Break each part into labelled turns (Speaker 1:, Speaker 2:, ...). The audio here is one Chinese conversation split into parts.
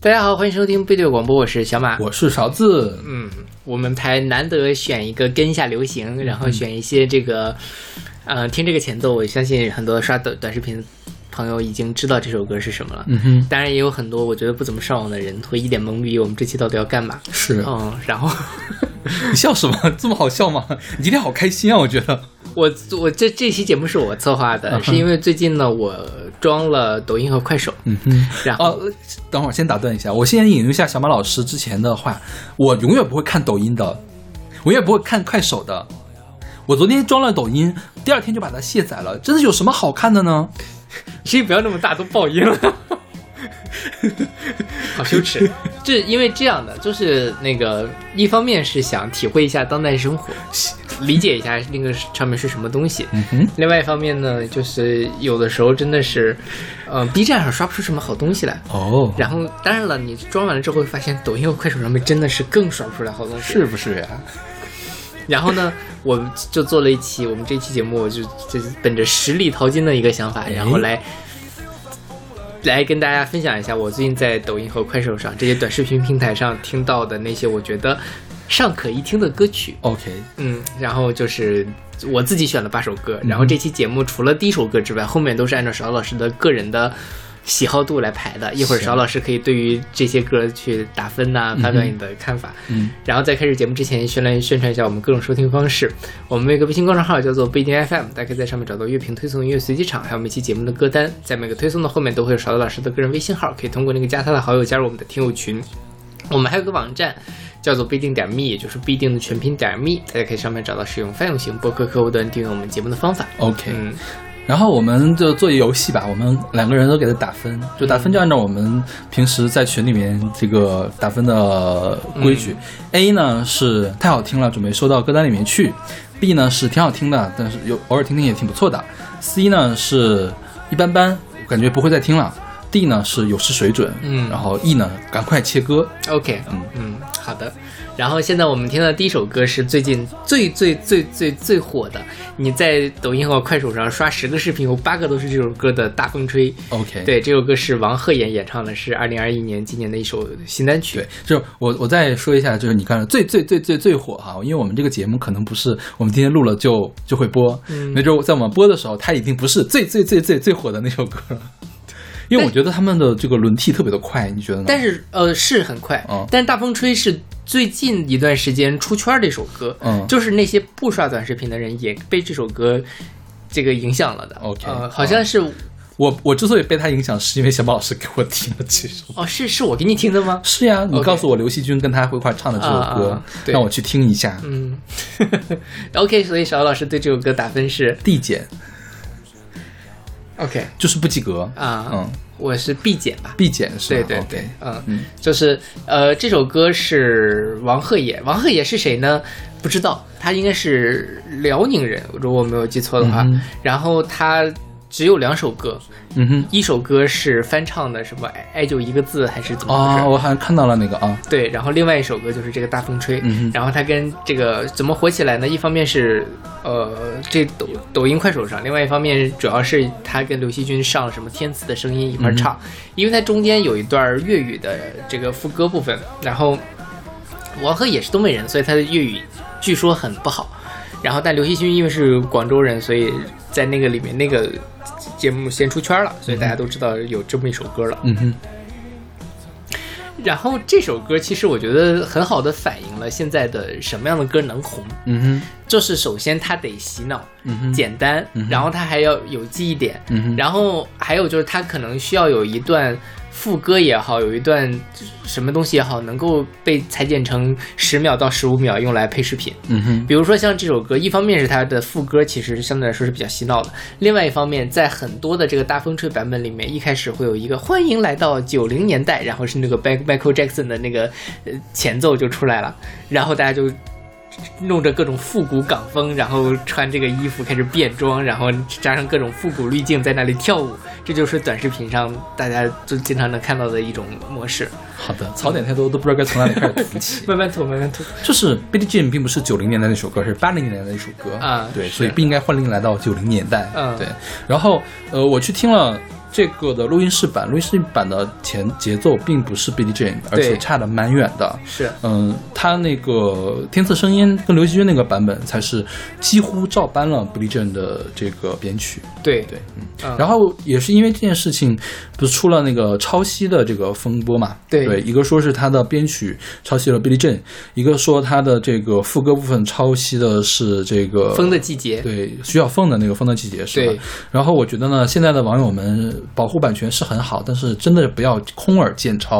Speaker 1: 大家好，欢迎收听贝队广播，我是小马。
Speaker 2: 我是勺子，
Speaker 1: 嗯，我们台难得选一个跟一下流行，然后选一些这个，呃，听这个前奏，我相信很多刷短短视频朋友已经知道这首歌是什么了。
Speaker 2: 嗯哼，
Speaker 1: 当然也有很多我觉得不怎么上网的人会一脸懵逼，我们这期到底要干嘛？
Speaker 2: 是
Speaker 1: 嗯，然后
Speaker 2: 你 笑什么？ 这么好笑吗？你今天好开心啊！我觉得
Speaker 1: 我我这这期节目是我策划
Speaker 2: 啊
Speaker 1: 的，是因为最近呢我装了抖音和快手，嗯
Speaker 2: 哼，
Speaker 1: 然后
Speaker 2: 哦，等会儿先打断一下，我先引用一下小马老师之前的话，我永远不会看抖音的，我也不会看快手的。我昨天装了抖音，第二天就把它卸载了，真的有什么好看的呢？
Speaker 1: 声音不要那么大，都爆音了， 好羞耻。这因为这样的，就是那个一方面是想体会一下当代生活，理解一下那个上面是什么东西；
Speaker 2: 嗯哼，
Speaker 1: 另外一方面呢，就是有的时候真的是，呃，B 站上刷不出什么好东西来。
Speaker 2: 哦，
Speaker 1: 然后，当然了，你装完了之后会发现，抖音和快手上面真的是更刷不出来好东西。
Speaker 2: 是不是呀？
Speaker 1: 然后呢，我就做了一期，我们这期节目我就就是本着实力淘金的一个想法，
Speaker 2: 哎
Speaker 1: 然后来来跟大家分享一下我最近在抖音和快手上这些短视频平台上听到的那些我觉得尚可一听的歌曲。
Speaker 2: OK，
Speaker 1: 嗯，然后就是我自己选了八首歌，然后这期节目除了第一首歌之外，后面都是按照邵老师的个人的。喜好度来排的，一会儿
Speaker 2: 行
Speaker 1: 邵老师可以对于这些歌去打分呐、发表你的看法。
Speaker 2: 嗯，
Speaker 1: 然后在开始节目之前，宣传宣传一下我们各种收听方式。我们有一个微信公众号叫做不一定 FM，大家可以在上面找到乐评推送、音乐随机场，还有每期节目的歌单。在每个推送的后面都会有勺子老师的个人微信号，可以通过那个加他的好友加入我们的听友群。我们还有个网站。叫做必定点 me，也就是必定的全拼点 me，大家可以上面找到使用泛用型播客客户端订阅我们节目的方法。
Speaker 2: OK，、
Speaker 1: 嗯，
Speaker 2: 然后我们就做一游戏吧，我们两个人都给他打分，就打分就按照我们平时在群里面这个打分的规矩。A 呢是太好听了，准备收到歌单里面去；B 呢是挺好听的，但是有偶尔听听也挺不错的；C 呢是一般般，感觉不会再听了；D 呢是有失水准，
Speaker 1: 嗯
Speaker 2: 然后 E 呢赶快切歌。
Speaker 1: OK，
Speaker 2: 嗯
Speaker 1: 嗯，好的。然后现在我们听到的第一首歌是最近最最最最最火的，你在抖音和快手上刷十个视频，有八个都是这首歌的《大风吹》。
Speaker 2: OK，
Speaker 1: 对，这首歌是王鹤炎演唱的，是二零二一年今年的一首新单曲
Speaker 2: 对。，就是我我再说一下，就是你刚才最最最最最火哈、因为我们这个节目可能不是我们今天录了就就会播，
Speaker 1: 嗯
Speaker 2: 没准在我们播的时候，它已经不是最最最最最火的那首歌了。因为我觉得他们的这个轮替特别的快，你觉得呢？
Speaker 1: 但是呃是很快，
Speaker 2: 嗯
Speaker 1: 但《大风吹》是最近一段时间出圈的一首歌，
Speaker 2: 嗯
Speaker 1: 就是那些不刷短视频的人也被这首歌这个影响了的。
Speaker 2: OK，
Speaker 1: 呃，好像是、
Speaker 2: 我我之所以被他影响，是因为小马老师给我听了这首。
Speaker 1: 哦是是我给你听的吗？
Speaker 2: 是呀，你
Speaker 1: OK
Speaker 2: 告诉我刘惜君跟他一块唱的这首歌
Speaker 1: 啊啊对
Speaker 2: 让我去听一下。
Speaker 1: 嗯 ，OK，所以邵老师对这首歌打分是
Speaker 2: 递减
Speaker 1: OK
Speaker 2: 就是不及格，
Speaker 1: 啊，
Speaker 2: 嗯
Speaker 1: 我是 B 减吧。
Speaker 2: 必减是
Speaker 1: 对
Speaker 2: 吧？
Speaker 1: 对
Speaker 2: o
Speaker 1: 对
Speaker 2: k，
Speaker 1: 嗯
Speaker 2: 嗯，
Speaker 1: 就是呃，这首歌是王鹤野，王鹤野是谁呢？不知道，他应该是辽宁人，如果我没有记错的话。
Speaker 2: 嗯哼
Speaker 1: 然后他只有两首歌，
Speaker 2: 嗯哼，
Speaker 1: 一首歌是翻唱的什么“爱就一个字”还是怎么回事？
Speaker 2: 啊，我好像看到了那个啊，
Speaker 1: 对，然后另外一首歌就是这个《大风吹》，
Speaker 2: 嗯哼
Speaker 1: 然后它跟这个怎么火起来呢？一方面是呃这抖抖音、快手上，另外一方面主要是他跟刘惜君上什么《天赐的声音》一块儿唱，因为它中间有一段粤语的这个副歌部分，然后王鹤也是东北人，所以他的粤语据说很不好。然后，但刘惜君因为是广州人，所以在那个里面那个节目先出圈了，所以大家都知道有这么一首歌了。
Speaker 2: 嗯哼，
Speaker 1: 然后这首歌其实我觉得很好的反映了现在的什么样的歌能红，
Speaker 2: 嗯哼，
Speaker 1: 就是首先它得洗脑、
Speaker 2: 嗯哼，
Speaker 1: 简单，然后它还要有记忆点，
Speaker 2: 嗯哼，
Speaker 1: 然后还有就是它可能需要有一段副歌也好，有一段什么东西也好，能够被裁剪成十秒到十五秒用来配视频。
Speaker 2: 嗯哼，
Speaker 1: 比如说像这首歌，一方面是它的副歌其实相对来说是比较洗脑的，另外一方面，在很多的这个大风吹版本里面，一开始会有一个欢迎来到九零年代，然后是那个 Back Michael Jackson 的那个呃前奏就出来了，然后大家就。弄着各种复古港风，然后穿这个衣服开始变装，然后加上各种复古滤镜在那里跳舞，这就是短视频上大家就经常能看到的一种模式。
Speaker 2: 好的，槽点太多，都不知道该从哪里开始吐起。
Speaker 1: 慢慢吐，慢慢吐。
Speaker 2: 就是 Billie Jean 并不是九零年代那首歌，是八零年代那首歌
Speaker 1: 啊
Speaker 2: 对，
Speaker 1: 是
Speaker 2: 所以不应该换令来到九零年代。
Speaker 1: 嗯
Speaker 2: 对。然后呃，我去听了这个的录音室版，录音室版的前节奏并不是 Billie Jean，而且差的蛮远的。
Speaker 1: 是，
Speaker 2: 嗯，他那个天赐声音跟刘惜君那个版本才是几乎照搬了 Billie Jean 的这个编曲。
Speaker 1: 对
Speaker 2: 对，
Speaker 1: 嗯
Speaker 2: 然后也是因为这件事情，不是出了那个抄袭的这个风波嘛？
Speaker 1: 对
Speaker 2: 一个说是他的编曲抄袭了 Billy j e n 一个说他的这个副歌部分抄袭的是这个
Speaker 1: 风的季节，
Speaker 2: 对徐小凤的那个《风的季节》是吧
Speaker 1: 对？
Speaker 2: 然后我觉得呢，现在的网友们保护版权是很好，但是真的不要空耳见抄。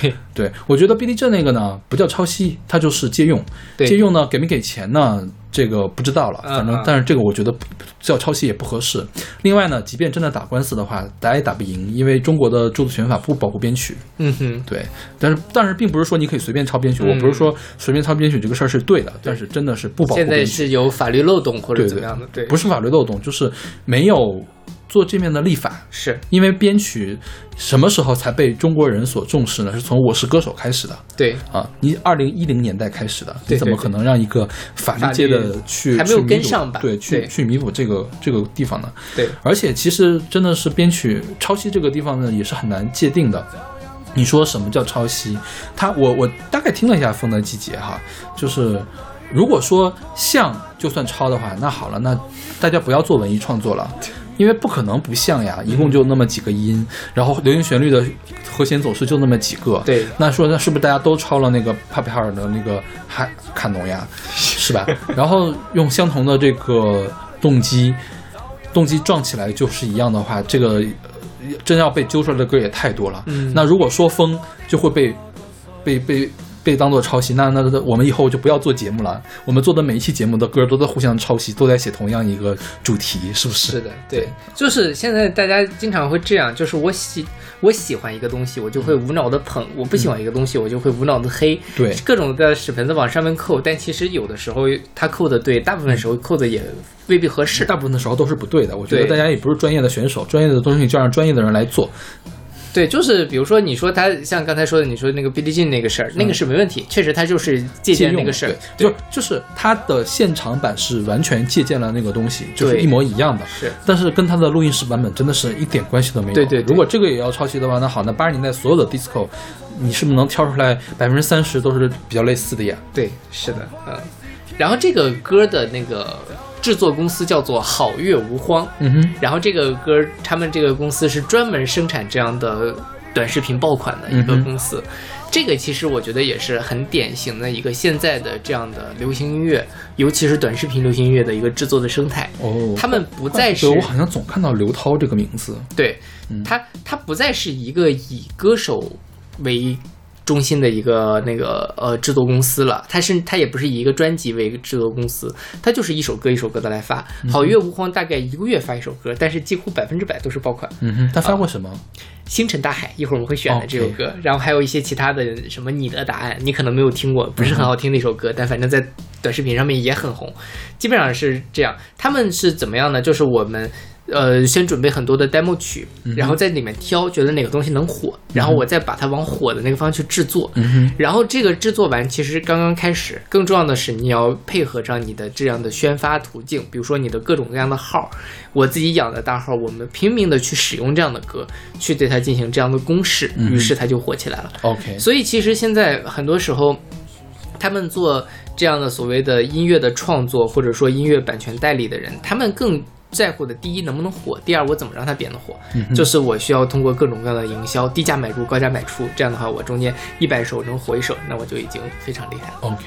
Speaker 1: 对
Speaker 2: 对我觉得 Billy j e n 那个呢，不叫抄袭，它就是借用。
Speaker 1: 对
Speaker 2: 借用呢，给没给钱呢？这个不知道了，
Speaker 1: 嗯
Speaker 2: 反正
Speaker 1: 嗯
Speaker 2: 但是这个我觉得不叫抄袭也不合适。另外呢，即便真的打官司的话，打也打不赢，因为中国的著作权法不保护编曲。
Speaker 1: 嗯哼，
Speaker 2: 对，但是但是并不是说你可以随便抄编曲，
Speaker 1: 嗯
Speaker 2: 我不是说随便抄编曲这个事儿是对的，但是真的是不保护
Speaker 1: 现在
Speaker 2: 编曲，
Speaker 1: 是有法律漏洞或者
Speaker 2: 对
Speaker 1: 怎么
Speaker 2: 对
Speaker 1: 样的，对，
Speaker 2: 不是法律漏洞，就是没有做这面的立法。
Speaker 1: 是
Speaker 2: 因为编曲什么时候才被中国人所重视呢？是从《我是歌手》开始的，
Speaker 1: 对，
Speaker 2: 啊，你二零一零年代开始的，你
Speaker 1: 对
Speaker 2: 怎么
Speaker 1: 对
Speaker 2: 可能让一个法律界
Speaker 1: 法
Speaker 2: 的
Speaker 1: 律
Speaker 2: 去
Speaker 1: 还没有
Speaker 2: 去弥
Speaker 1: 跟
Speaker 2: 补
Speaker 1: 上吧
Speaker 2: 对，去
Speaker 1: 对
Speaker 2: 去弥补这个这个地方呢？
Speaker 1: 对，
Speaker 2: 而且其实真的是编曲抄袭这个地方呢，也是很难界定的。你说什么叫抄袭？他我我大概听了一下《风的季节》哈，就是如果说像就算抄的话，那好了，那大家不要做文艺创作了。因为不可能不像呀，一共就那么几个音，然后流行旋律的和弦走势就那么几个，
Speaker 1: 对
Speaker 2: 那说那是不是大家都抄了那个帕皮尔的那个哈卡农呀，是吧？然后用相同的这个动机，动机撞起来就是一样的话，这个呃真要被揪出来的歌也太多了。
Speaker 1: 嗯
Speaker 2: 那如果说风就会被被被被当做抄袭，那那那我们以后就不要做节目了。我们做的每一期节目的歌都在互相抄袭，都在写同样一个主题，是不是？
Speaker 1: 是的，对，就是现在大家经常会这样，就是我喜我喜欢一个东西，我就会无脑的捧；我不喜欢一个东西，我就会无脑的黑。
Speaker 2: 嗯对
Speaker 1: 各种的屎盆子往上面扣，但其实有的时候他扣的对，大部分
Speaker 2: 嗯
Speaker 1: 时候扣的也未必合适。
Speaker 2: 大部分的时候都是不对的。我觉得大
Speaker 1: 对
Speaker 2: 家也不是专业的选手，专业的东西就让专业的人来做。
Speaker 1: 对，就是比如说你说他像刚才说的，你说那个 Billie Jean 那个事儿，那个是没问题，确实他就是借
Speaker 2: 嗯借
Speaker 1: 鉴
Speaker 2: 用
Speaker 1: 那个事儿
Speaker 2: 了，对就就是他的现场版是完全借鉴了那个东西，就是
Speaker 1: 对
Speaker 2: 一模一样的。
Speaker 1: 是
Speaker 2: 但是跟他的录音室版本真的是一点关系都没有。
Speaker 1: 对对对
Speaker 2: 如果这个也要抄袭的话，那好，那八十年代所有的 disco，你是不是能挑出来百分之三十都是比较类似的呀？
Speaker 1: 对，是的，嗯。然后这个歌的那个制作公司叫做好乐无荒，
Speaker 2: 嗯哼，
Speaker 1: 然后这个歌，他们这个公司是专门生产这样的短视频爆款的一个
Speaker 2: 嗯哼
Speaker 1: 公司。这个其实我觉得也是很典型的一个现在的这样的流行音乐，尤其是短视频流行音乐的一个制作的生态。
Speaker 2: 哦，
Speaker 1: 他们不再是
Speaker 2: 怪不得我好像总看到刘涛这个名字。
Speaker 1: 对它，它不再是一个以歌手为中心的一个那个呃制作公司了，它是它也不是以一个专辑为制作公司，它就是一首歌一首歌的来发。好乐无荒大概一个月发一首歌，但是几乎百分之百都是爆款。
Speaker 2: 嗯哼，他发过什么？
Speaker 1: 星辰大海，一会儿我们会选的
Speaker 2: OK
Speaker 1: 这首歌然后还有一些其他的什么你的答案，你可能没有听过，不是很好听的一首歌，但反正在短视频上面也很红，基本上是这样。他们是怎么样呢？就是我们。呃，先准备很多的 demo 曲，然后在里面挑，觉得哪个东西能火，然后我再把它往火的那个方向去制作。
Speaker 2: 嗯哼，
Speaker 1: 然后这个制作完，其实刚刚开始，更重要的是你要配合上你的这样的宣发途径，比如说你的各种各样的号，我自己养的大号，我们拼命的去使用这样的歌，去对它进行这样的公式，于是它就火起来了。
Speaker 2: OK，
Speaker 1: 所以其实现在很多时候，他们做这样的所谓的音乐的创作，或者说音乐版权代理的人，他们更。在乎的第一能不能火，第二我怎么让它变得火，就是我需要通过各种各样的营销，低价买入、高价卖出，这样的话我中间一百首能火一首，那我就已经非常厉害了。
Speaker 2: OK，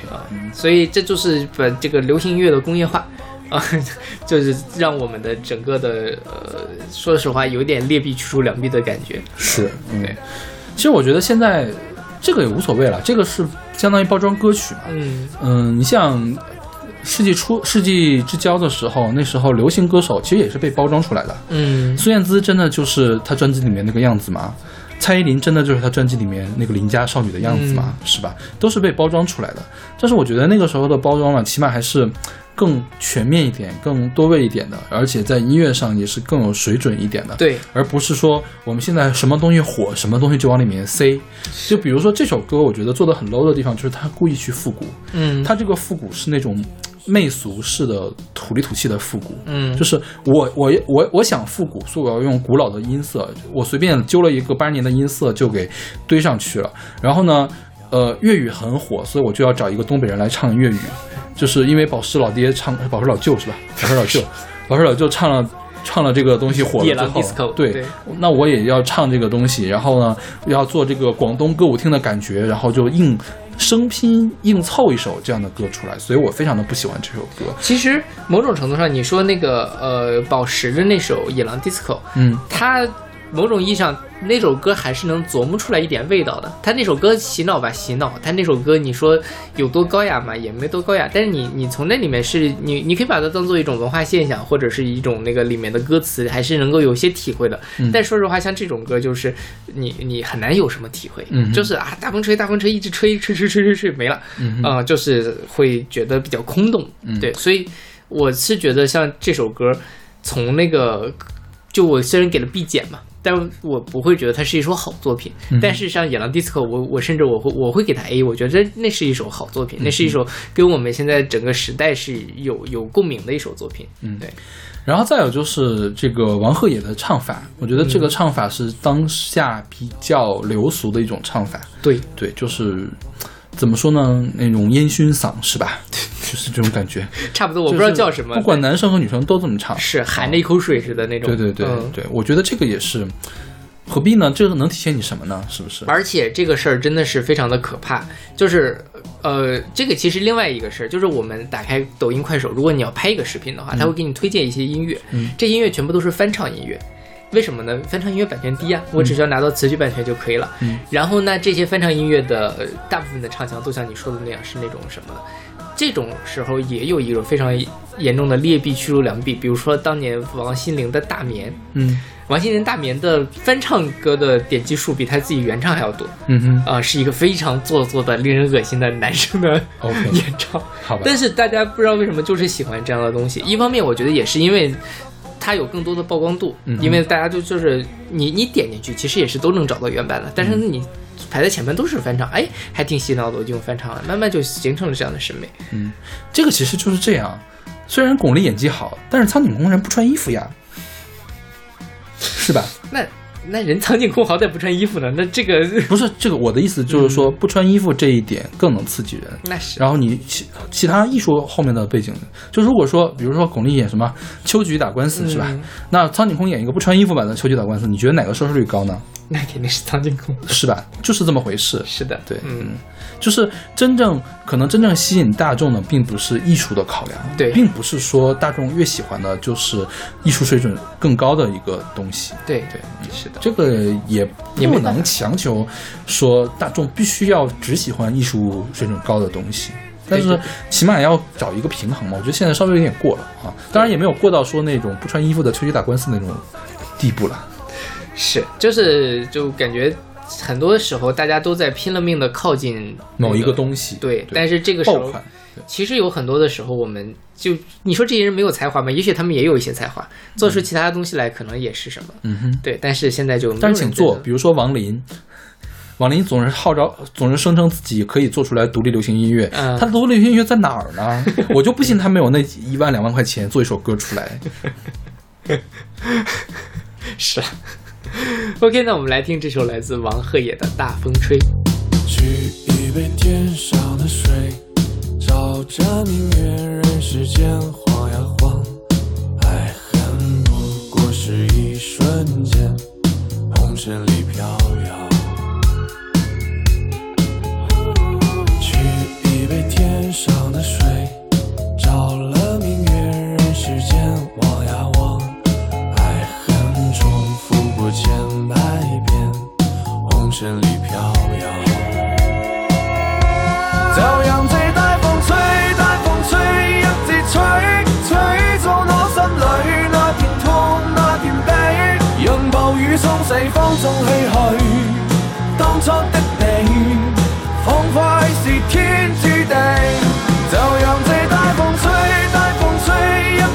Speaker 1: 所以这就是把这个流行音乐的工业化啊， 就是让我们的整个的呃，说实话有点劣币驱逐良币的感觉。
Speaker 2: 是，嗯
Speaker 1: 对，
Speaker 2: 其实我觉得现在这个也无所谓了，这个是相当于包装歌曲嘛。
Speaker 1: 嗯，
Speaker 2: 嗯，你像世纪初、世纪之交的时候，那时候流行歌手其实也是被包装出来的。
Speaker 1: 嗯，
Speaker 2: 孙燕姿真的就是她专辑里面那个样子吗？蔡依林真的就是她专辑里面那个邻家少女的样子吗？是吧？都是被包装出来的。但是我觉得那个时候的包装嘛，起码还是更全面一点、更多位一点的，而且在音乐上也是更有水准一点的。
Speaker 1: 对，
Speaker 2: 而不是说我们现在什么东西火，什么东西就往里面塞。就比如说这首歌，我觉得做的很 low 的地方，就是他故意去复古。
Speaker 1: 嗯，
Speaker 2: 他这个复古是那种媚俗式的土里土气的复古，
Speaker 1: 嗯
Speaker 2: 就是我我我我想复古，所以我要用古老的音色，我随便揪了一个八十年的音色就给堆上去了。然后呢，呃，粤语很火，所以我就要找一个东北人来唱粤语，就是因为宝石老爹唱宝石老舅是吧？宝石老舅，宝石老舅唱了。唱了这个东西火了
Speaker 1: 夜
Speaker 2: 之
Speaker 1: 郎
Speaker 2: 后，
Speaker 1: disco，
Speaker 2: 对，
Speaker 1: 对
Speaker 2: 那我也要唱这个东西，然后呢，要做这个广东歌舞厅的感觉，然后就硬生拼硬凑一首这样的歌出来，所以我非常的不喜欢这首歌。
Speaker 1: 其实某种程度上，你说那个呃宝石的那首《野狼 DISCO》，
Speaker 2: 嗯，
Speaker 1: 它某种意义上那首歌还是能琢磨出来一点味道的。它那首歌洗脑吧洗脑，它那首歌你说有多高雅嘛也没多高雅，但是你你从那里面是你你可以把它当做一种文化现象，或者是一种那个里面的歌词还是能够有些体会的。但说实话，像这种歌就是你你很难有什么体会，
Speaker 2: 嗯哼
Speaker 1: 就是啊大风吹大风吹一直吹吹吹吹吹吹没了。
Speaker 2: 嗯
Speaker 1: 啊、就是会觉得比较空洞，对，所以我是觉得像这首歌，从那个就我虽然给了 B 减嘛，但我不会觉得它是一首好作品。
Speaker 2: 嗯
Speaker 1: 但是像《野狼 DISCO》，我我甚至我会我会给它 A，我觉得那是一首好作品，那是一首跟我们现在整个时代是有有共鸣的一首作品。嗯，对，
Speaker 2: 然后再有就是这个王鹤野的唱法，我觉得这个唱法是当下比较流俗的一种唱法。
Speaker 1: 对，
Speaker 2: 对，就是怎么说呢，那种烟熏嗓是吧？ 就是这种感觉。
Speaker 1: 差不多，我不知道叫什么，
Speaker 2: 不管男生和女生都这么唱。
Speaker 1: 是含着一口水似的那种。
Speaker 2: 对对对、
Speaker 1: 嗯
Speaker 2: 对，我觉得这个也是，何必呢？这个能体现你什么呢？是不是？
Speaker 1: 而且这个事儿真的是非常的可怕，就是，呃，这个其实另外一个事儿就是，我们打开抖音、快手，如果你要拍一个视频的话，它会给你推荐一些音乐，这音乐全部都是翻唱音乐。为什么呢？翻唱音乐版权低啊，我只需要拿到词曲版权就可以了。
Speaker 2: 嗯
Speaker 1: 然后呢，这些翻唱音乐的、呃大部分的唱腔都像你说的那样是那种什么的，这种时候也有一个非常严重的劣币驱逐良币，比如说当年王心凌的《大眠》，
Speaker 2: 嗯
Speaker 1: 王心凌《大眠》的翻唱歌的点击数比她自己原唱还要多。
Speaker 2: 嗯哼
Speaker 1: 啊、是一个非常做作的、令人恶心的男生的
Speaker 2: ，OK，
Speaker 1: 演唱。
Speaker 2: 好吧。
Speaker 1: 但是大家不知道为什么就是喜欢这样的东西。一方面，我觉得也是因为它有更多的曝光度，
Speaker 2: 嗯哼
Speaker 1: 因为大家就就是你你点进去，其实也是都能找到原版的，但是
Speaker 2: 嗯
Speaker 1: 你。排在前面都是翻唱，哎，还挺洗脑的，我就用翻唱了，慢慢就形成了这样的审美。
Speaker 2: 这个其实就是这样。虽然巩俐演技好，但是苍井空人不穿衣服呀，是吧？
Speaker 1: 那那人苍井空好歹不穿衣服呢，那这个
Speaker 2: 不是这个，我的意思就是
Speaker 1: 嗯
Speaker 2: 说，不穿衣服这一点更能刺激人。
Speaker 1: 那是
Speaker 2: 然后你其其他艺术后面的背景，就如果说，比如说巩俐演什么秋菊打官司是吧？
Speaker 1: 嗯
Speaker 2: 那苍井空演一个不穿衣服版的秋菊打官司，你觉得哪个收视率高呢？
Speaker 1: 那肯定是苍井空。
Speaker 2: 是吧？就是这么回事。
Speaker 1: 是的，
Speaker 2: 对，
Speaker 1: 嗯，
Speaker 2: 就是真正可能真正吸引大众的，并不是艺术的考量，
Speaker 1: 对
Speaker 2: 并不是说大众越喜欢的就是艺术水准更高的一个东西。
Speaker 1: 对
Speaker 2: 对，嗯
Speaker 1: 是的，
Speaker 2: 这个也
Speaker 1: 也没
Speaker 2: 不
Speaker 1: 办法
Speaker 2: 能强求说大众必须要只喜欢艺术水准高的东西。但
Speaker 1: 对
Speaker 2: 是
Speaker 1: 哎对
Speaker 2: 起码要找一个平衡嘛，我觉得现在稍微有点过了啊，当然也没有过到说那种不穿衣服的吹嘘打官司那种地步了。
Speaker 1: 是，就是就感觉很多时候大家都在拼了命的靠近
Speaker 2: 某一
Speaker 1: 那
Speaker 2: 个东西，
Speaker 1: 对，但是这个时
Speaker 2: 爆
Speaker 1: 候
Speaker 2: 款，
Speaker 1: 其实有很多的时候，我们就你说这些人没有才华吗？也许他们也有一些才华，做出其他的东西来可能也是什么。
Speaker 2: 嗯哼。
Speaker 1: 对，但是现在就没有
Speaker 2: 但是请
Speaker 1: 人觉得
Speaker 2: 做，比如说王林，王林总是号召，总是声称自己可以做出来独立流行音乐。
Speaker 1: 嗯
Speaker 2: 他的独立流行音乐在哪儿呢？我就不信他没有那一万两万块钱做一首歌出 来。
Speaker 1: 是。OK，那我们来听这首来自王鹤野的《大风吹》。
Speaker 3: 掬一杯天上的水，照着明月，任时间晃呀晃。爱恨不过是一瞬间，红尘里飘摇。掬一杯天上的水，照了明月，任时间望呀望。爱恨重复过千百遍，红尘里飘摇。就任这大风吹，大風吹，一直吹，吹到我心裏那片痛，那片悲，讓暴雨沖逝風中唏噓。當初的你，彷彿是天注定。就讓這大風吹，大風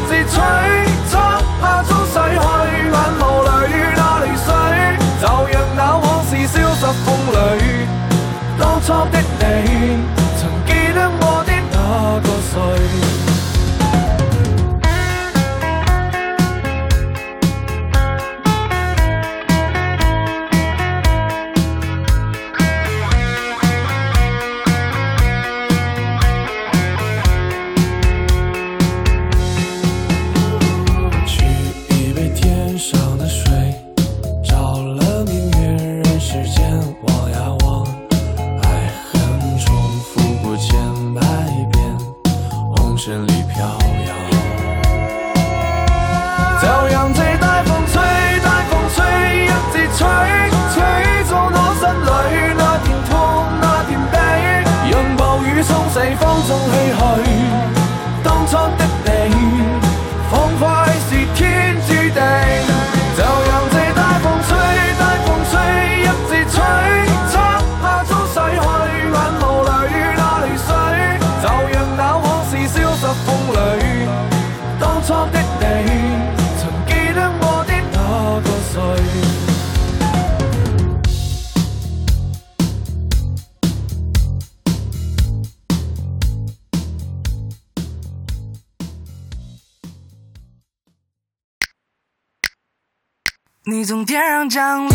Speaker 4: 你从天上降落，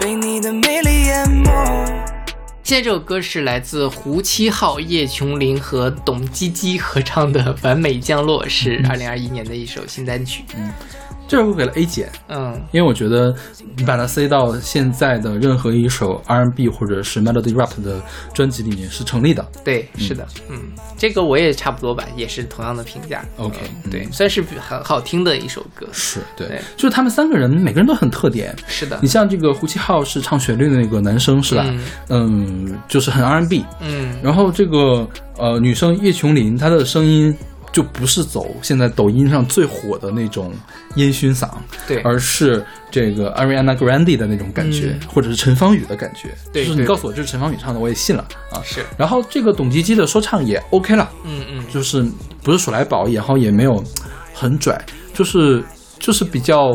Speaker 4: 被你的美丽淹没。
Speaker 1: 现在这首歌是来自胡七号、叶琼林和董鸡鸡合唱的《完美降落》，是二零二一年的一首新单曲。
Speaker 2: 这首歌给了 A 减，
Speaker 1: 嗯，
Speaker 2: 因为我觉得你把它塞到现在的任何一首 R&B 或者是 Melody Rap 的专辑里面是成立的。
Speaker 1: 对，是的，嗯，这个我也差不多吧，也是同样的评价。
Speaker 2: OK，
Speaker 1: 嗯对，算是很好听的一首歌。
Speaker 2: 是对
Speaker 1: 对
Speaker 2: 就是他们三个人每个人都很特点。
Speaker 1: 是的
Speaker 2: 你，像这个胡七浩是唱旋律的那个男生是吧？嗯就是很 R&B。
Speaker 1: 嗯，
Speaker 2: 然后这个呃女生叶琼林，她的声音就不是走现在抖音上最火的那种烟熏嗓，
Speaker 1: 对，
Speaker 2: 而是这个 Ariana Grande 的那种感觉，或者是陈芳宇的感觉。
Speaker 1: 嗯对
Speaker 2: 就是你
Speaker 1: 对
Speaker 2: 告诉我这是陈芳宇唱的，我也信了啊。
Speaker 1: 是，
Speaker 2: 然后这个董吉吉的说唱也 OK 了，
Speaker 1: 嗯嗯，
Speaker 2: 就是不是鼠来宝，然后也没有很拽，就是就是比较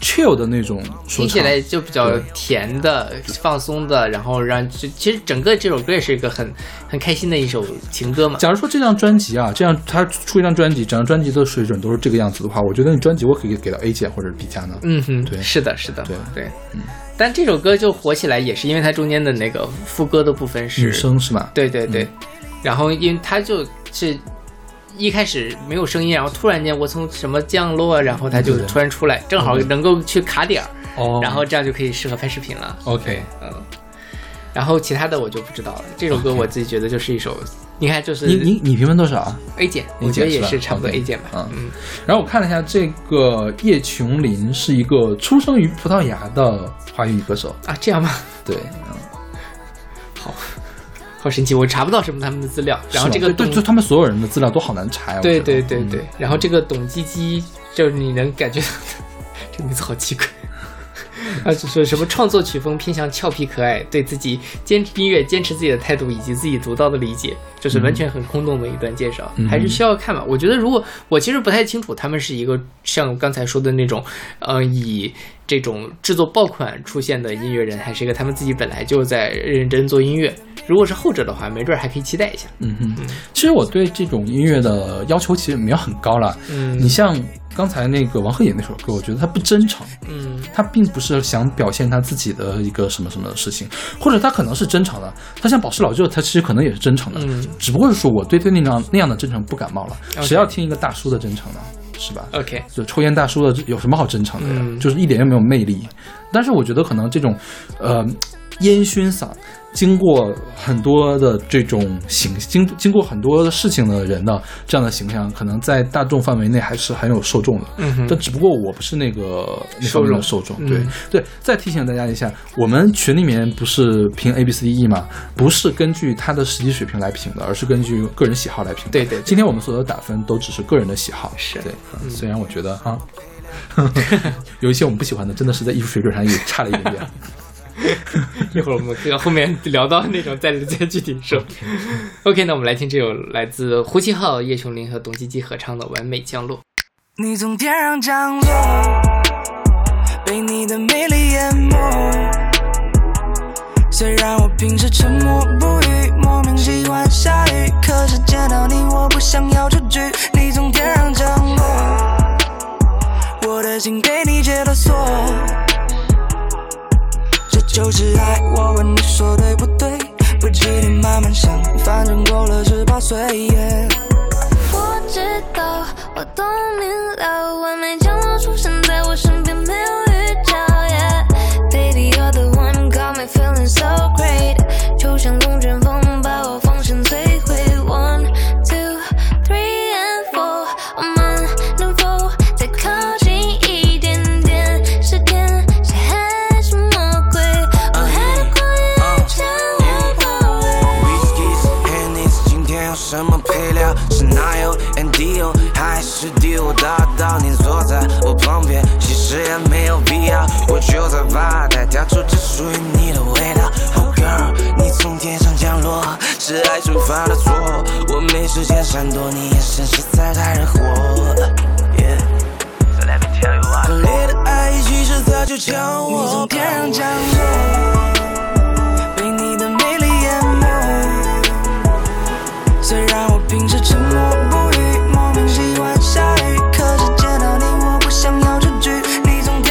Speaker 2: chill 的那种说
Speaker 1: 听起
Speaker 2: 唱。
Speaker 1: 来就比较甜的、放松的，然后让就其实整个这首歌也是一个很很开心的一首情歌嘛。
Speaker 2: 假如说这张专辑啊，这样他出一张专辑，整张专辑的水准都是这个样子的话，我觉得你专辑我可以给到 A 减或者 B 加呢。
Speaker 1: 嗯哼，
Speaker 2: 对
Speaker 1: 是的，是的，
Speaker 2: 对
Speaker 1: 对。但这首歌就火起来，也是因为它中间的那个副歌的部分是
Speaker 2: 女生嗯是吧？
Speaker 1: 对对对，然后因为他就是一开始没有声音，然后突然间我从什么降落，然后他就
Speaker 2: 对嗯
Speaker 1: 突然出来，正好能够去卡点儿，
Speaker 2: 哦
Speaker 1: 然后这样就可以适合拍视频了。
Speaker 2: OK，
Speaker 1: 嗯，然后其他的我就不知道了。这首歌我自己觉得就是一首，你看就是
Speaker 2: 你你你评分多少啊？
Speaker 1: A 减，
Speaker 2: 你
Speaker 1: 我觉得
Speaker 2: 减
Speaker 1: 也
Speaker 2: 是吧
Speaker 1: 是差不多
Speaker 2: OK，
Speaker 1: A 减吧。
Speaker 2: 嗯
Speaker 1: 嗯
Speaker 2: 然后我看了一下，这个叶琼林是一个出生于葡萄牙的华语歌手。
Speaker 1: 啊，这样吗？
Speaker 2: 对，
Speaker 1: 好神奇，我查不到什么他们的资料。然后
Speaker 2: 是吗
Speaker 1: 这个
Speaker 2: 对，
Speaker 1: 董
Speaker 2: 对就他们所有人的资料都好难查呀。我
Speaker 1: 对
Speaker 2: 觉
Speaker 1: 对
Speaker 2: 得
Speaker 1: 对
Speaker 2: 嗯
Speaker 1: 对，然后这个董鸡鸡，就是你能感觉到， 这名字好奇怪。啊，就说什么创作曲风偏向俏皮可爱，对自己坚持音乐坚持自己的态度以及自己独到的理解，就是
Speaker 2: 嗯
Speaker 1: 完全很空洞的一段介绍，还是需要看吧。我觉得如果我其实不太清楚，他们是一个像刚才说的那种，呃，以这种制作爆款出现的音乐人，还是一个他们自己本来就在认真做音乐。如果是后者的话，没准儿还可以期待一下。
Speaker 2: 嗯哼，其实我对这种音乐的要求其实没有很高了。
Speaker 1: 嗯
Speaker 2: 你像刚才那个王鹤野那首歌，我觉得他不真诚，
Speaker 1: 嗯，
Speaker 2: 他并不是想表现他自己的一个什么什么事情，或者他可能是真诚的，他像宝石老舅，他其实可能也是真诚的，
Speaker 1: 嗯
Speaker 2: 只不过是说我对对那样那样的真诚不感冒了。
Speaker 1: OK
Speaker 2: 谁要听一个大叔的真诚呢？是吧？
Speaker 1: OK，
Speaker 2: 就抽烟大叔的有什么好真诚的呀？
Speaker 1: 嗯
Speaker 2: 就是一点也没有魅力。但是我觉得可能这种，呃，烟熏嗓，经过很多的这种形，经经过很多事情的人的这样的形象，可能在大众范围内还是很有受众的。
Speaker 1: 嗯哼。
Speaker 2: 但只不过我不是那个那方面的受众，
Speaker 1: 众
Speaker 2: 对、
Speaker 1: 嗯
Speaker 2: 对。再提醒大家一下，我们群里面不是评 A B C D E 嘛，不是根据他的实际水平来评的，而是根据个人喜好来评的。
Speaker 1: 对对对
Speaker 2: 今天我们所有的打分都只是个人的喜好，
Speaker 1: 是
Speaker 2: 对。嗯虽然我觉得啊， 有一些我们不喜欢的，真的是在艺术水准上也差了一点 点。
Speaker 1: 一会儿我们跟后面 聊到那种再再具体说。OK，那我们来听这首来自胡七号、叶琼林和董吉吉合唱的《完美降落》。
Speaker 4: 你从天上降落，被你的美丽淹没。虽然我平时沉默不语，莫名喜欢下雨，可是见到你我不想要出局。你从天上降落，我的心被你解了锁。这就是爱，我问你说对不对？不急的慢慢想，反正过了十八岁。yeah
Speaker 5: 我知道，我都明了，完美降落出现在我身边，没有预兆。Yeah, baby, you're the one got me feeling so great，就像龙卷风把我方向摧毁。One, two, three and four，我们能否再靠近一点点？是天使还是魔鬼？我还得过眼将我包围。
Speaker 6: Whiskeys, Hennies，今天有什么配料？是奶油 and Dior 还是 Dior？大到你坐在我旁边，其实也没有必要。我就在吧台调出只属于你的味道。Oh girl，你从天上降落，是爱触发的错。我没时间闪躲，你眼神实在太惹火。Yeah. So let me tell you w h a 烈的爱其实早就将
Speaker 4: 你
Speaker 6: 我
Speaker 4: 从天上降落，被你的美丽淹没。虽然我平时沉默不语，莫名喜欢下雨，可是见到你我不想要出局。你从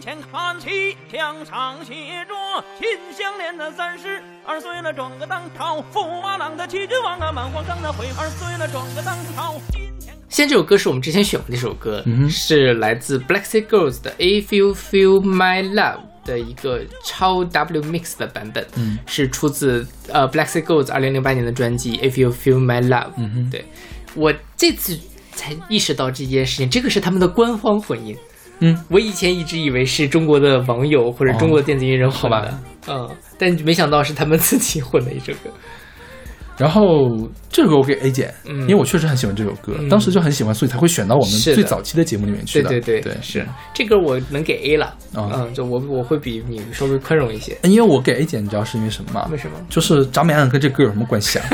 Speaker 7: 前看齐，墙上写着“秦香莲”的三十二岁了，转个当朝；驸马郎的齐君王啊，满皇上的回二岁了，转个当朝。金钱
Speaker 1: 现在这首歌是我们之前选过的一首歌，
Speaker 2: 嗯
Speaker 1: 是来自 Black Sea Girls 的《If You Feel My Love》的一个超 W mix 的版本，
Speaker 2: 嗯
Speaker 1: 是出自呃 Black Sea Girls 二零零八年的专辑《If You Feel My Love》。
Speaker 2: 嗯哼
Speaker 1: 对我这次才意识到这件事情，这个是他们的官方混音。
Speaker 2: 嗯，
Speaker 1: 我以前一直以为是中国的网友或者中国的电子音乐人混
Speaker 2: 哦好
Speaker 1: 的，嗯，但没想到是他们自己混的一首歌。
Speaker 2: 然后这首歌我给 A 姐，
Speaker 1: 嗯
Speaker 2: 因为我确实很喜欢这首歌，
Speaker 1: 嗯
Speaker 2: 当时就很喜欢，所以才会选到我们
Speaker 1: 是的
Speaker 2: 最早期的节目里面去
Speaker 1: 对
Speaker 2: 的。
Speaker 1: 对对，
Speaker 2: 对，
Speaker 1: 是这歌我能给 A 了，
Speaker 2: 啊
Speaker 1: 嗯，就我我会比你稍微宽容一些。
Speaker 2: 哎因为我给 A 姐，你知道是因为什么吗？
Speaker 1: 为什么？
Speaker 2: 就是张美安跟这歌有什么关系 啊？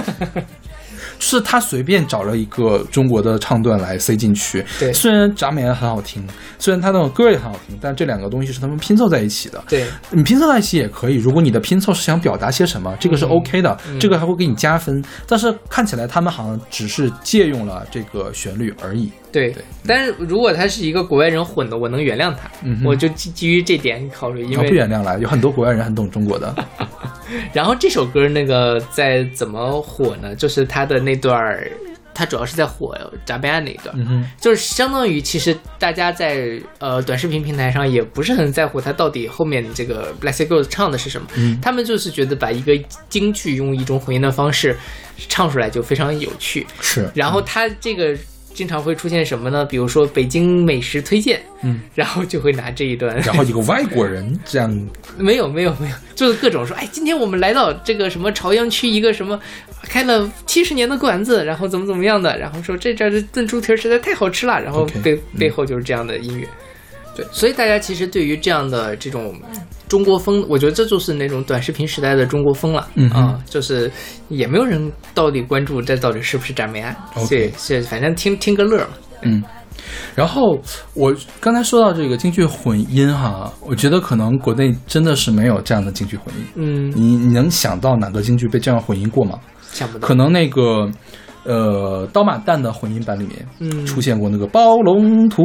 Speaker 2: 就是他随便找了一个中国的唱段来塞进去。
Speaker 1: 对
Speaker 2: 虽然张美安很好听，虽然他那首歌也很好听，但这两个东西是他们拼凑在一起的。
Speaker 1: 对，
Speaker 2: 你拼凑在一起也可以，如果你的拼凑是想表达些什么，这个是
Speaker 1: 嗯
Speaker 2: OK 的，这个还会给你加分。但是看起来他们好像只是借用了这个旋律而已。
Speaker 1: 对，但是如果他是一个国外人混的，我能原谅他，
Speaker 2: 嗯哼
Speaker 1: 我就基基于这点考虑，因
Speaker 2: 啊，不
Speaker 1: 为
Speaker 2: 原谅了，有很多国外人很懂中国 的。
Speaker 1: 然后这首歌那个在怎么火呢？就是他的那段儿，他主要是在火扎贝安那一段，
Speaker 2: 嗯哼，
Speaker 1: 就是相当于其实大家在呃短视频平台上也不是很在乎他到底后面这个 Black Sea Girls 唱的是什么，
Speaker 2: 嗯
Speaker 1: 他们就是觉得把一个京剧用一种混音的方式唱出来就非常有趣，
Speaker 2: 是，嗯
Speaker 1: 然后它这个经常会出现什么呢？比如说北京美食推荐，
Speaker 2: 嗯，
Speaker 1: 然后就会拿这一段，
Speaker 2: 然后一个外国人这样
Speaker 1: 没有没有没有，就是各种说，哎，今天我们来到这个什么朝阳区一个什么开了七十年的馆子，然后怎么怎么样的，然后说这这儿的炖猪蹄儿实在太好吃了，然后
Speaker 2: OK，
Speaker 1: 背
Speaker 2: 嗯
Speaker 1: 背后就是这样的音乐。对，所以大家其实对于这样的这种中国风，我觉得这就是那种短视频时代的中国风了。
Speaker 2: 嗯哼
Speaker 1: 啊，就是也没有人到底关注这到底是不是展梅安，
Speaker 2: OK
Speaker 1: 对，是反正听听个乐儿嘛。
Speaker 2: 嗯，然后我刚才说到这个京剧混音哈，我觉得可能国内真的是没有这样的京剧混音。
Speaker 1: 嗯，
Speaker 2: 你你能想到哪个京剧被这样混音过吗？
Speaker 1: 想不到，
Speaker 2: 可能那个呃刀马旦的混音版里面，
Speaker 1: 嗯
Speaker 2: 出现过那个包龙图，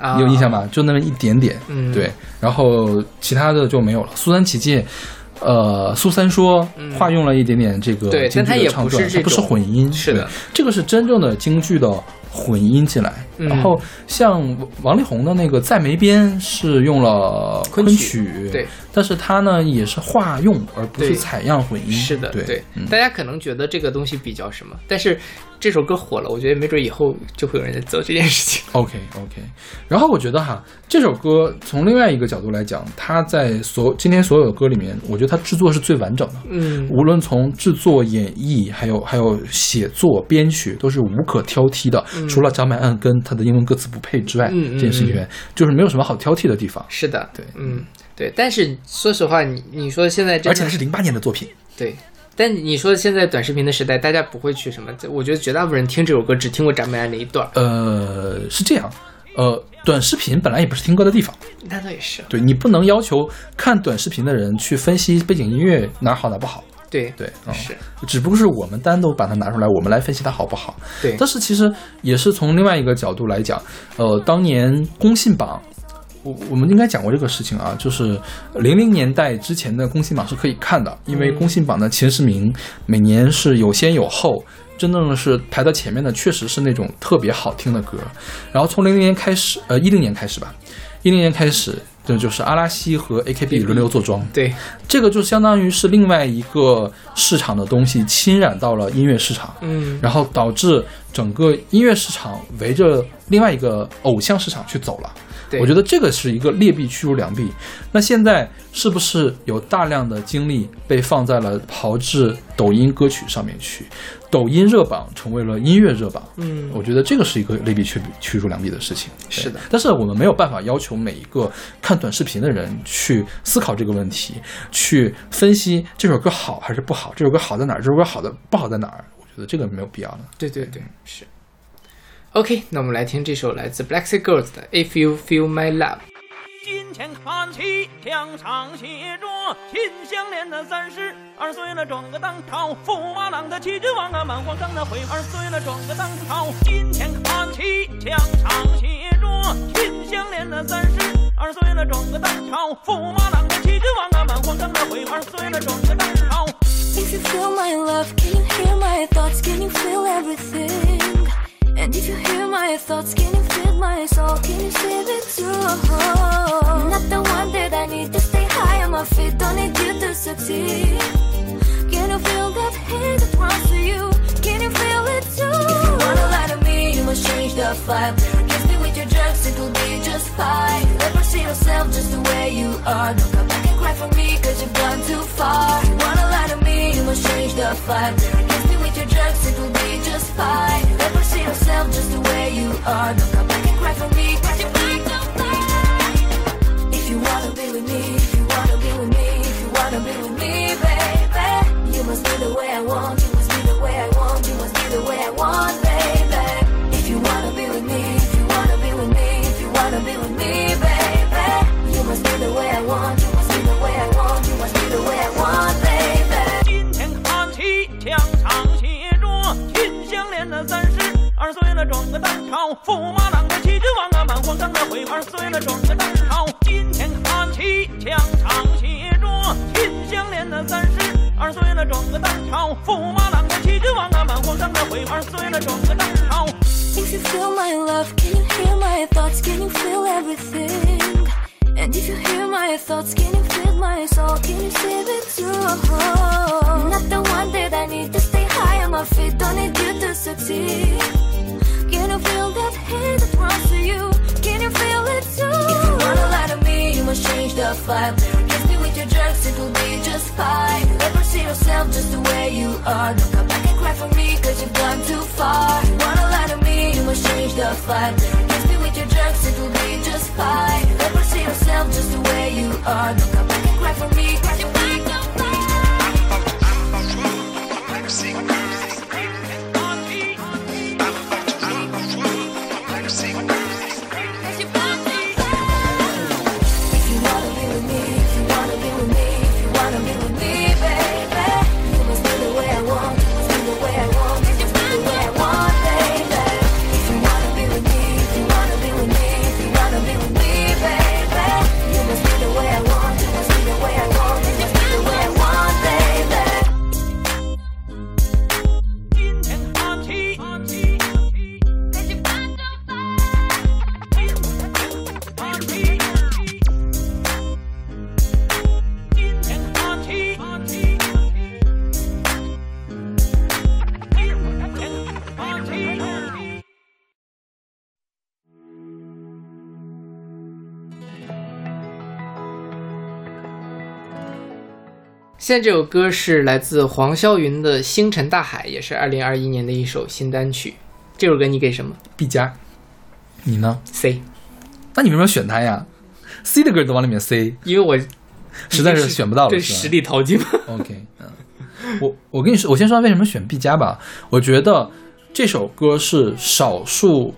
Speaker 1: 啊
Speaker 2: 你有印象吧？就那么一点点，
Speaker 1: 嗯
Speaker 2: 对。然后其他的就没有了。苏三起解，呃，苏三说
Speaker 1: 嗯
Speaker 2: 化用了一点点这个
Speaker 1: 对
Speaker 2: 京
Speaker 1: 但它
Speaker 2: 剧
Speaker 1: 也
Speaker 2: 的唱
Speaker 1: 不是
Speaker 2: 段，它
Speaker 1: 这
Speaker 2: 不是
Speaker 1: 种
Speaker 2: 混音，
Speaker 1: 是的
Speaker 2: 对，这个是真正的京剧的混音进来。
Speaker 1: 嗯
Speaker 2: 然后像王力宏的那个《在梅边》是用了
Speaker 1: 昆曲
Speaker 2: 曲
Speaker 1: 对，
Speaker 2: 但是它呢也是化用而不是
Speaker 1: 对
Speaker 2: 采样混音，
Speaker 1: 是的，
Speaker 2: 对
Speaker 1: 对，
Speaker 2: 嗯
Speaker 1: 大家可能觉得这个东西比较什么，但是这首歌火了，我觉得没准以后就会有人在做这件事情。
Speaker 2: OK OK，然后我觉得哈，这首歌从另外一个角度来讲，它在所今天所有的歌里面，我觉得它制作是最完整的，
Speaker 1: 嗯，
Speaker 2: 无论从制作、演绎，还有还有写作、编曲，都是无可挑剔的。除了张曼恩跟他的英文歌词不配之外，
Speaker 1: 嗯嗯嗯
Speaker 2: 这件事情里面就是没有什么好挑剔的地方，
Speaker 1: 是的，
Speaker 2: 对
Speaker 1: 嗯，对。但是说实话，你你说现在真
Speaker 2: 而
Speaker 1: 的
Speaker 2: 且还是零八年的作品。
Speaker 1: 对，但你说现在短视频的时代，大家不会去什么，我觉得绝大部分人听这首歌只听过展美安那一段儿，
Speaker 2: 呃，是这样，呃，短视频本来也不是听歌的地方。
Speaker 1: 那倒也是，
Speaker 2: 对你不能要求看短视频的人去分析背景音乐哪儿好哪儿不好，
Speaker 1: 对
Speaker 2: 对，嗯、
Speaker 1: 是，
Speaker 2: 只不过是我们单独把它拿出来，我们来分析它好不好。
Speaker 1: 对
Speaker 2: 但是其实也是从另外一个角度来讲，呃，当年工信榜，我我们应该讲过这个事情啊，就是零零年代之前的工信榜是可以看的，因
Speaker 1: 嗯
Speaker 2: 为工信榜的前十名每年是有先有后。真正的是排到前面的，确实是那种特别好听的歌。然后从零零年开始，呃，一零年开始吧，一零年开始，这就是阿拉西和 AKB 轮流做庄。
Speaker 1: 对，
Speaker 2: 这个就相当于是另外一个市场的东西侵染到了音乐市场，
Speaker 1: 嗯，
Speaker 2: 然后导致整个音乐市场围着另外一个偶像市场去走了。
Speaker 1: 对，
Speaker 2: 我觉得这个是一个劣币驱逐良币。那现在是不是有大量的精力被放在了炮制抖音歌曲上面去？抖音热榜成为了音乐热榜，
Speaker 1: 嗯
Speaker 2: 我觉得这个是一个劣币驱驱逐良币的事情。
Speaker 1: 是的
Speaker 2: 对，但是我们没有办法要求每一个看短视频的人去思考这个问题，去分析这首歌好还是不好，这首歌好在哪儿，这首歌好的不好在哪儿。我觉得这个没有必要的。
Speaker 1: 对对对，是。OK，那我们来听这首来自 Black Sea Girls 的《If You Feel My Love》。
Speaker 7: 金钱看齐，墙上写着秦香莲的三十二岁了，转个当朝；驸马郎的齐君王啊，满皇上的回二岁了，转个当朝。金钱看齐，墙上写着秦香莲的三十二岁了，转个个蛋炒，驸马郎的齐君王啊，满皇上的回儿，碎了整个蛋炒。
Speaker 5: If you feel my love, can you hear my thoughts? Can you feel everything? And if you hear my thoughts, can you feel my soul? Can you feel it too? I'm not the one that I need to stay high on my feet. Don't need you to succeed. Can you feel that hate that runs through you? Can you feel it too? If you wanna lie to me, you must change the vibe. Kiss me with your drugs, it will be just fine. Never see yourself just the way you are. Don't come back and cry for me, cause you've gone too far. If you wanna lie to me, you must change the vibe. Kiss me with your drugs, it will be just fine. Never see yourself just the way you are. Don't come back and cry for me, cause you've gone too far. If you wanna be with me, if you wanna be with me, if you wanna be with me, baby, you must be the way I want, you must be the way I want, you must be the way I want, baby. If you wanna be with me, if you wanna be with me, if you wanna be with me, baby, you must be the way I want, you must be the way I want, you must be the way I want, baby.
Speaker 7: 金钱看齐，墙上写着秦香莲的三十二岁了，转个蛋炒，驸马郎的齐君王啊，满皇上的回二岁了，转个蛋炒。金钱看齐，墙上写着秦香莲的三十二岁了，转个蛋炒，驸马郎的齐君王啊，满皇上的回二岁了，转个蛋炒。
Speaker 5: If you feel my love, can you hear my thoughts? Can you feel everything? And if you hear my thoughts, can you feel my soul? Can you see it through? I'm not the one that I need to stay high on my feet. Don't need you to succeed. Can you feel that hate that runs through you? Can you feel it too? If you wanna lie to me, you must change the vibe. Kiss me with your drugs, it will be just fine. You'll never see yourself just the way you are. Don't come back and cry for me, cause you've gone too far. If you wanna lie to me, you must change the vibe. Kiss me with your drugs, it will be just fine. You'll never see yourself just the way you are. Don't come back and cry for me, cause you've gone too far.
Speaker 7: 金钱看齐，看齐，看齐，金钱看齐，看齐，金钱看齐。
Speaker 1: 现在这首歌是来自黄霄云的《星辰大海》，也是二零二一年的一首新单曲。这首歌你给什么
Speaker 2: 必加。你呢？
Speaker 1: ？C，
Speaker 2: 那你为什么要选它呀？C 的歌你都往里面塞，
Speaker 1: 因为我
Speaker 2: 实在是选不到了，
Speaker 1: 这
Speaker 2: 是吧
Speaker 1: 实力淘金嘛。
Speaker 2: OK，嗯，我我跟你说，我先说为什么选 B 加吧。我觉得这首歌是少数，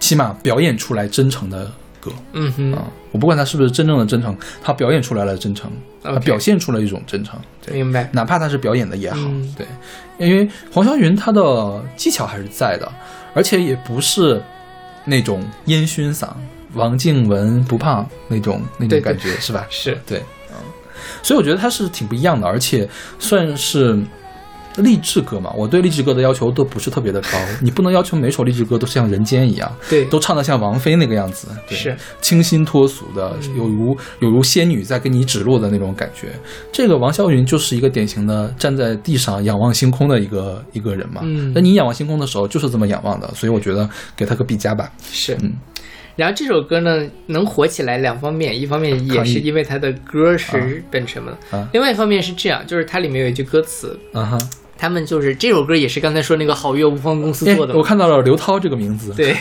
Speaker 2: 起码表演出来真诚的歌
Speaker 1: 嗯
Speaker 2: 啊、
Speaker 1: 哼，
Speaker 2: 我不管他是不是真正的真诚，他表演出来了真诚，他
Speaker 1: OK
Speaker 2: 表现出了一种真诚，对，
Speaker 1: 明白。
Speaker 2: 哪怕他是表演的也好，
Speaker 1: 嗯
Speaker 2: 对，因为黄霄云他的技巧还是在的，而且也不是那种烟熏嗓，王静雯不胖那种那
Speaker 1: 对
Speaker 2: 种
Speaker 1: 对
Speaker 2: 感觉是吧？
Speaker 1: 是
Speaker 2: 对，嗯，所以我觉得它是挺不一样的，而且算是励志歌嘛。我对励志歌的要求都不是特别的高，你不能要求每首励志歌都像《人间》一样，
Speaker 1: 对
Speaker 2: 都唱得像王菲那个样子，对
Speaker 1: 是
Speaker 2: 清新脱俗的，
Speaker 1: 嗯
Speaker 2: 有如有如仙女在给你指路的那种感觉。这个王霄云就是一个典型的站在地上仰望星空的一个一个人嘛。
Speaker 1: 嗯
Speaker 2: 那你仰望星空的时候就是这么仰望的，所以我觉得给他个 B 加吧。
Speaker 1: 是，
Speaker 2: 嗯
Speaker 1: 然后这首歌呢能火起来两方面，一方面也
Speaker 2: 抗议
Speaker 1: 是因为它的歌是本什么的，
Speaker 2: 啊
Speaker 1: 另外一方面是这样，就是它里面有一句歌词，
Speaker 2: 啊哈，
Speaker 1: 他们就是这首歌也是刚才说那个好乐无方公司
Speaker 2: 哎
Speaker 1: 做的嘛，
Speaker 2: 我看到了刘涛这个名字，
Speaker 1: 对，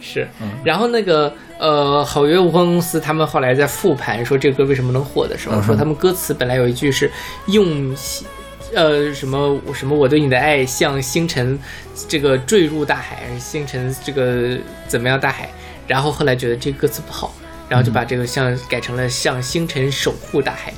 Speaker 1: 是。
Speaker 2: 嗯
Speaker 1: 然后那个呃，好乐无风公司他们后来在复盘说这个歌为什么能火的时候，
Speaker 2: 嗯哼
Speaker 1: 说他们歌词本来有一句是用心。呃，什么什么，我对你的爱像星辰，这个坠入大海，还是星辰这个怎么样大海？然后后来觉得这个歌词不好，然后就把这个像改成了像星辰守护大海。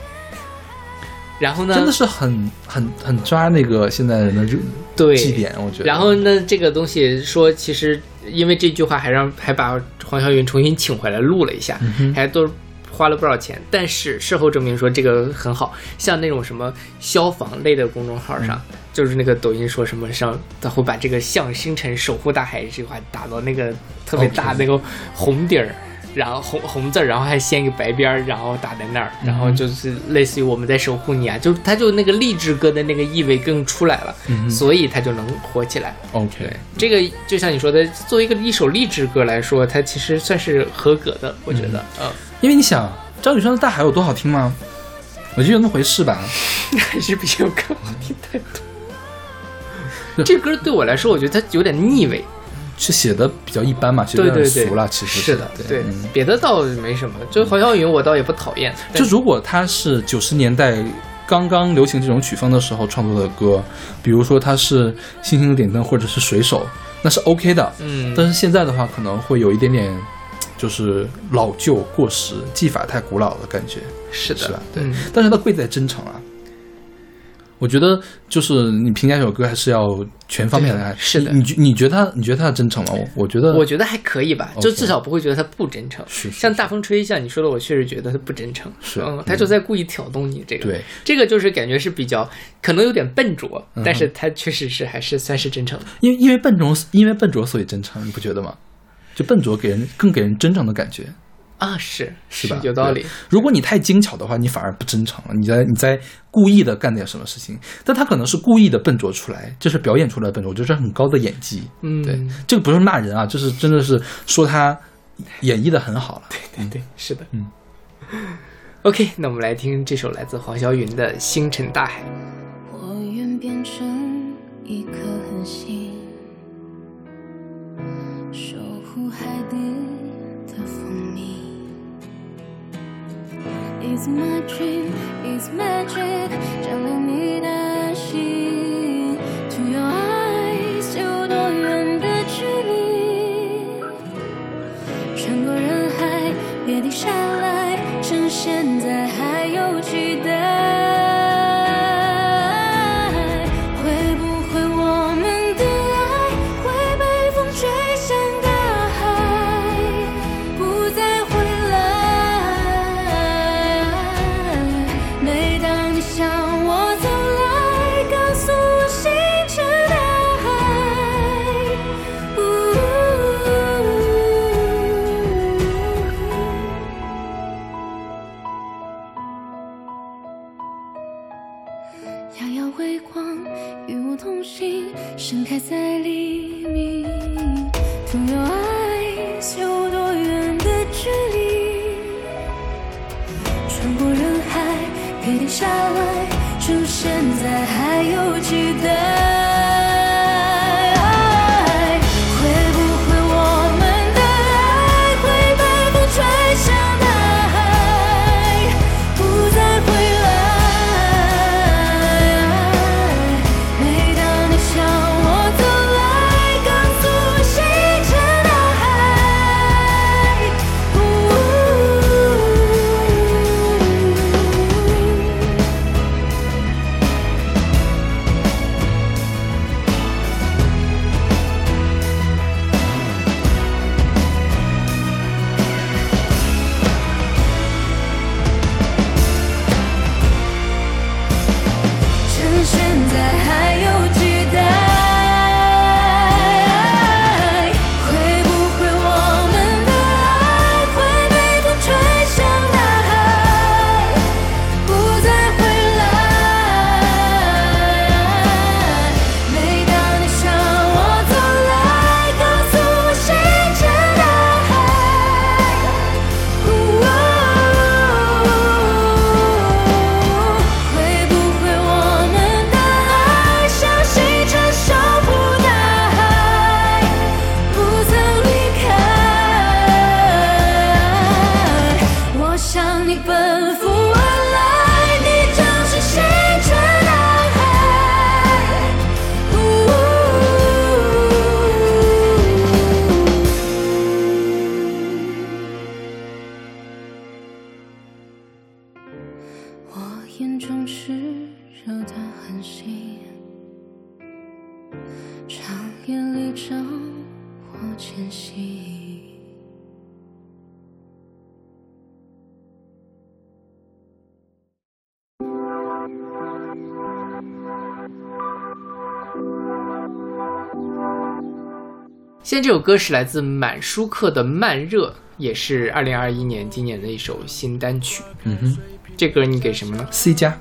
Speaker 1: 然后呢，
Speaker 2: 真的是很很很抓那个现在人的热
Speaker 1: 对
Speaker 2: 绩点，我觉得。
Speaker 1: 然后呢，这个东西说，其实因为这句话还让还把黄霄云重新请回来录了一下，还都花了不少钱，但是事后证明说这个很好，像那种什么消防类的公众号上，就是那个抖音说什么上，他会把这个“向星辰守护大海”这句话打到那个特别大
Speaker 2: OK
Speaker 1: 那个红底儿。然后红红字儿，然后还掀一个白边儿，然后打在那儿，然后就是类似于我们在守护你啊，就他就那个励志歌的那个意味更出来了，所以他就能火起来。对
Speaker 2: OK，，
Speaker 1: 这个就像你说的，作为一个一首励志歌来说，它其实算是合格的，我觉得。嗯，
Speaker 2: 因为你想，张雨生的《大海》有多好听吗？我觉得就那么回事吧。
Speaker 1: 还是比较歌好听太多。这歌对我来说，我觉得它有点腻味。
Speaker 2: 是写的比较一般嘛，写的
Speaker 1: 对
Speaker 2: 有
Speaker 1: 对
Speaker 2: 点
Speaker 1: 对，
Speaker 2: 俗了，其实
Speaker 1: 是的，对
Speaker 2: 对。嗯，
Speaker 1: 别的倒没什么。就黄晓云，我倒也不讨厌。
Speaker 2: 就如果他是九十年代刚刚流行这种曲风的时候创作的歌，比如说他是《星星的点灯》或者是《水手》，那是 OK 的。
Speaker 1: 嗯
Speaker 2: 但是现在的话，可能会有一点点，就是老旧过时，技法太古老的感觉，
Speaker 1: 是
Speaker 2: 是吧
Speaker 1: 的，？
Speaker 2: 对。
Speaker 1: 嗯
Speaker 2: 但是它贵在真诚啊。我觉得就是你评价一首歌还是要全方面来。
Speaker 1: 对是的
Speaker 2: 你你觉你觉得它你觉得它的真诚吗？我我觉得
Speaker 1: 我觉得还可以吧，
Speaker 2: 嗯
Speaker 1: 就
Speaker 2: OK
Speaker 1: 至少不会觉得它不真诚。
Speaker 2: 是是
Speaker 1: 像大风吹，像你说的，我确实觉得它不真诚。
Speaker 2: 是
Speaker 1: 嗯，他就在故意挑动你这个。
Speaker 2: 对，
Speaker 1: 这个就是感觉是比较可能有点笨拙，
Speaker 2: 哼
Speaker 1: 但是他确实是还是算是真诚的。
Speaker 2: 因为因为笨拙，因为笨拙所以真诚，你不觉得吗？就笨拙给人更给人真诚的感觉，
Speaker 1: 啊，是
Speaker 2: 是吧？
Speaker 1: 有道理
Speaker 2: 对。。如果你太精巧的话，你反而不真诚了，你在你在故意的干点什么事情，但他可能是故意的笨拙出来，这是表演出来的笨拙，我觉得这是很高的演技。
Speaker 1: 嗯
Speaker 2: 对，这个不是骂人啊，这是真的是说他演绎的很好了。
Speaker 1: 对，是的。
Speaker 2: 嗯。
Speaker 1: OK，那我们来听这首来自黄霄云的《星辰大海》。
Speaker 5: 我愿变成一颗恒星，守护海底的蜂蜜。It's my dream, it's magic，占领你的心。To your eyes，有多远的距离？穿过人海，别停下来，趁现在还有期待。会不会我们的爱会被风吹向大海，不再回来？每当你向我走来，告诉我星辰大海。遥遥微光与我同行，盛开在黎明。To your eyes，有多远的距离？穿过人海，别停下来，趁现在还有期待。会不会我们的爱会被风吹向大海，不再回来？每当你向我走来，告诉我星辰大海。
Speaker 1: 现在这首歌是来自满舒克的《慢热》，也是二零二一年今年的一首新单曲。
Speaker 2: 嗯哼
Speaker 1: 这歌你给什么呢？
Speaker 2: ，C 加，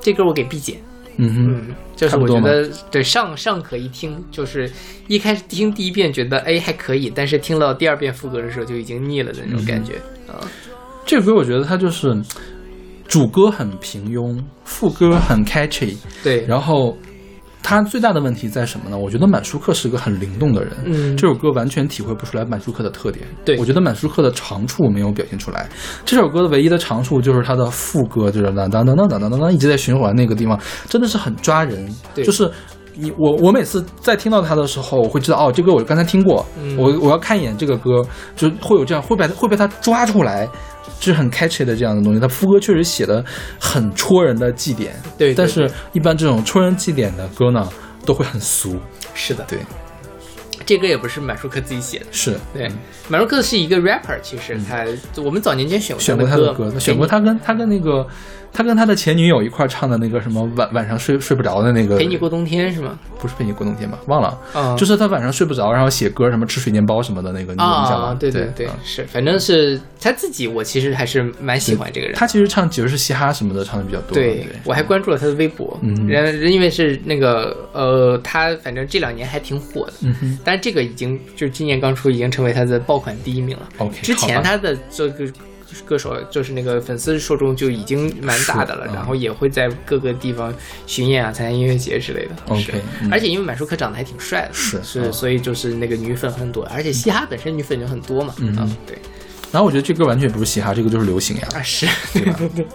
Speaker 1: 这歌我给 B 减。
Speaker 2: 嗯哼，
Speaker 1: 嗯，就是
Speaker 2: 差不
Speaker 1: 我
Speaker 2: 多
Speaker 1: 觉
Speaker 2: 嘛
Speaker 1: 得对尚尚可一听，就是一开始听第一遍觉得哎还可以，但是听到第二遍副歌的时候就已经腻了的那种感觉。
Speaker 2: 这首歌我觉得它就是主歌很平庸，副歌很 catchy，
Speaker 1: 对，
Speaker 2: 然后他最大的问题在什么呢？我觉得满舒克是一个很灵动的人，
Speaker 1: 嗯
Speaker 2: 这首歌完全体会不出来满舒克的特点。
Speaker 1: 对
Speaker 2: 我觉得满舒克的长处没有表现出来。这首歌的唯一的长处就是它的副歌，就是当当当当当当当当一直在循环那个地方，真的是很抓人，
Speaker 1: 对
Speaker 2: 就是。你我我每次在听到它的时候，我会知道哦，这歌我刚才听过，
Speaker 1: 嗯
Speaker 2: 我我要看一眼这个歌，就会有这样会被会被它抓出来，就是很 catchy 的这样的东西。它副歌确实写的很戳人的祭点，
Speaker 1: 对对
Speaker 2: 但是一般这种戳人祭点的歌呢，都会很俗。
Speaker 1: 是的，
Speaker 2: 对，
Speaker 1: 这歌也不是满舒克自己写的。
Speaker 2: 是
Speaker 1: 对，满舒克是一个 rapper，其实他、我们早年间选过
Speaker 2: 选过他
Speaker 1: 他
Speaker 2: 的
Speaker 1: 的
Speaker 2: 歌，他选过他跟他跟那个他跟他的前女友一块儿唱的那个什么晚晚上睡睡不着的那个，
Speaker 1: 陪你陪你过冬天是吗？
Speaker 2: 不是陪你过冬天吧？忘了，
Speaker 1: 嗯，
Speaker 2: 就是他晚上睡不着，然后写歌什么吃水煎包什么的那个，你有印象
Speaker 1: 啊
Speaker 2: 吗？，
Speaker 1: 对
Speaker 2: 对
Speaker 1: 对
Speaker 2: 嗯，
Speaker 1: 是，反正是他自己，我其实还是蛮喜欢这个人的。
Speaker 2: 他其实唱爵士嘻哈什么的唱的比较多。
Speaker 1: 对
Speaker 2: 对，，
Speaker 1: 我还关注了他的微博，
Speaker 2: 嗯
Speaker 1: 人人因为是那个呃，他反正这两年还挺火的，
Speaker 2: 嗯哼
Speaker 1: 但是这个已经就是今年刚出，已经成为他的爆款第一名了。
Speaker 2: ，OK，
Speaker 1: 之前
Speaker 2: 好吧
Speaker 1: 他的这个歌手就是那个粉丝受众就已经蛮大的了，
Speaker 2: 是嗯
Speaker 1: 然后也会在各个地方巡演啊、参加音乐节之类的。
Speaker 2: OK，
Speaker 1: 是
Speaker 2: 嗯
Speaker 1: 而且因为满舒克长得还挺帅的，
Speaker 2: 是
Speaker 1: 是，
Speaker 2: 嗯
Speaker 1: 所以就是那个女粉很多，而且嘻哈本身女粉就很多嘛。
Speaker 2: 嗯
Speaker 1: 对。
Speaker 2: 然后我觉得这歌完全不是嘻哈，这个就是流行 呀。
Speaker 1: 啊，是，对对对。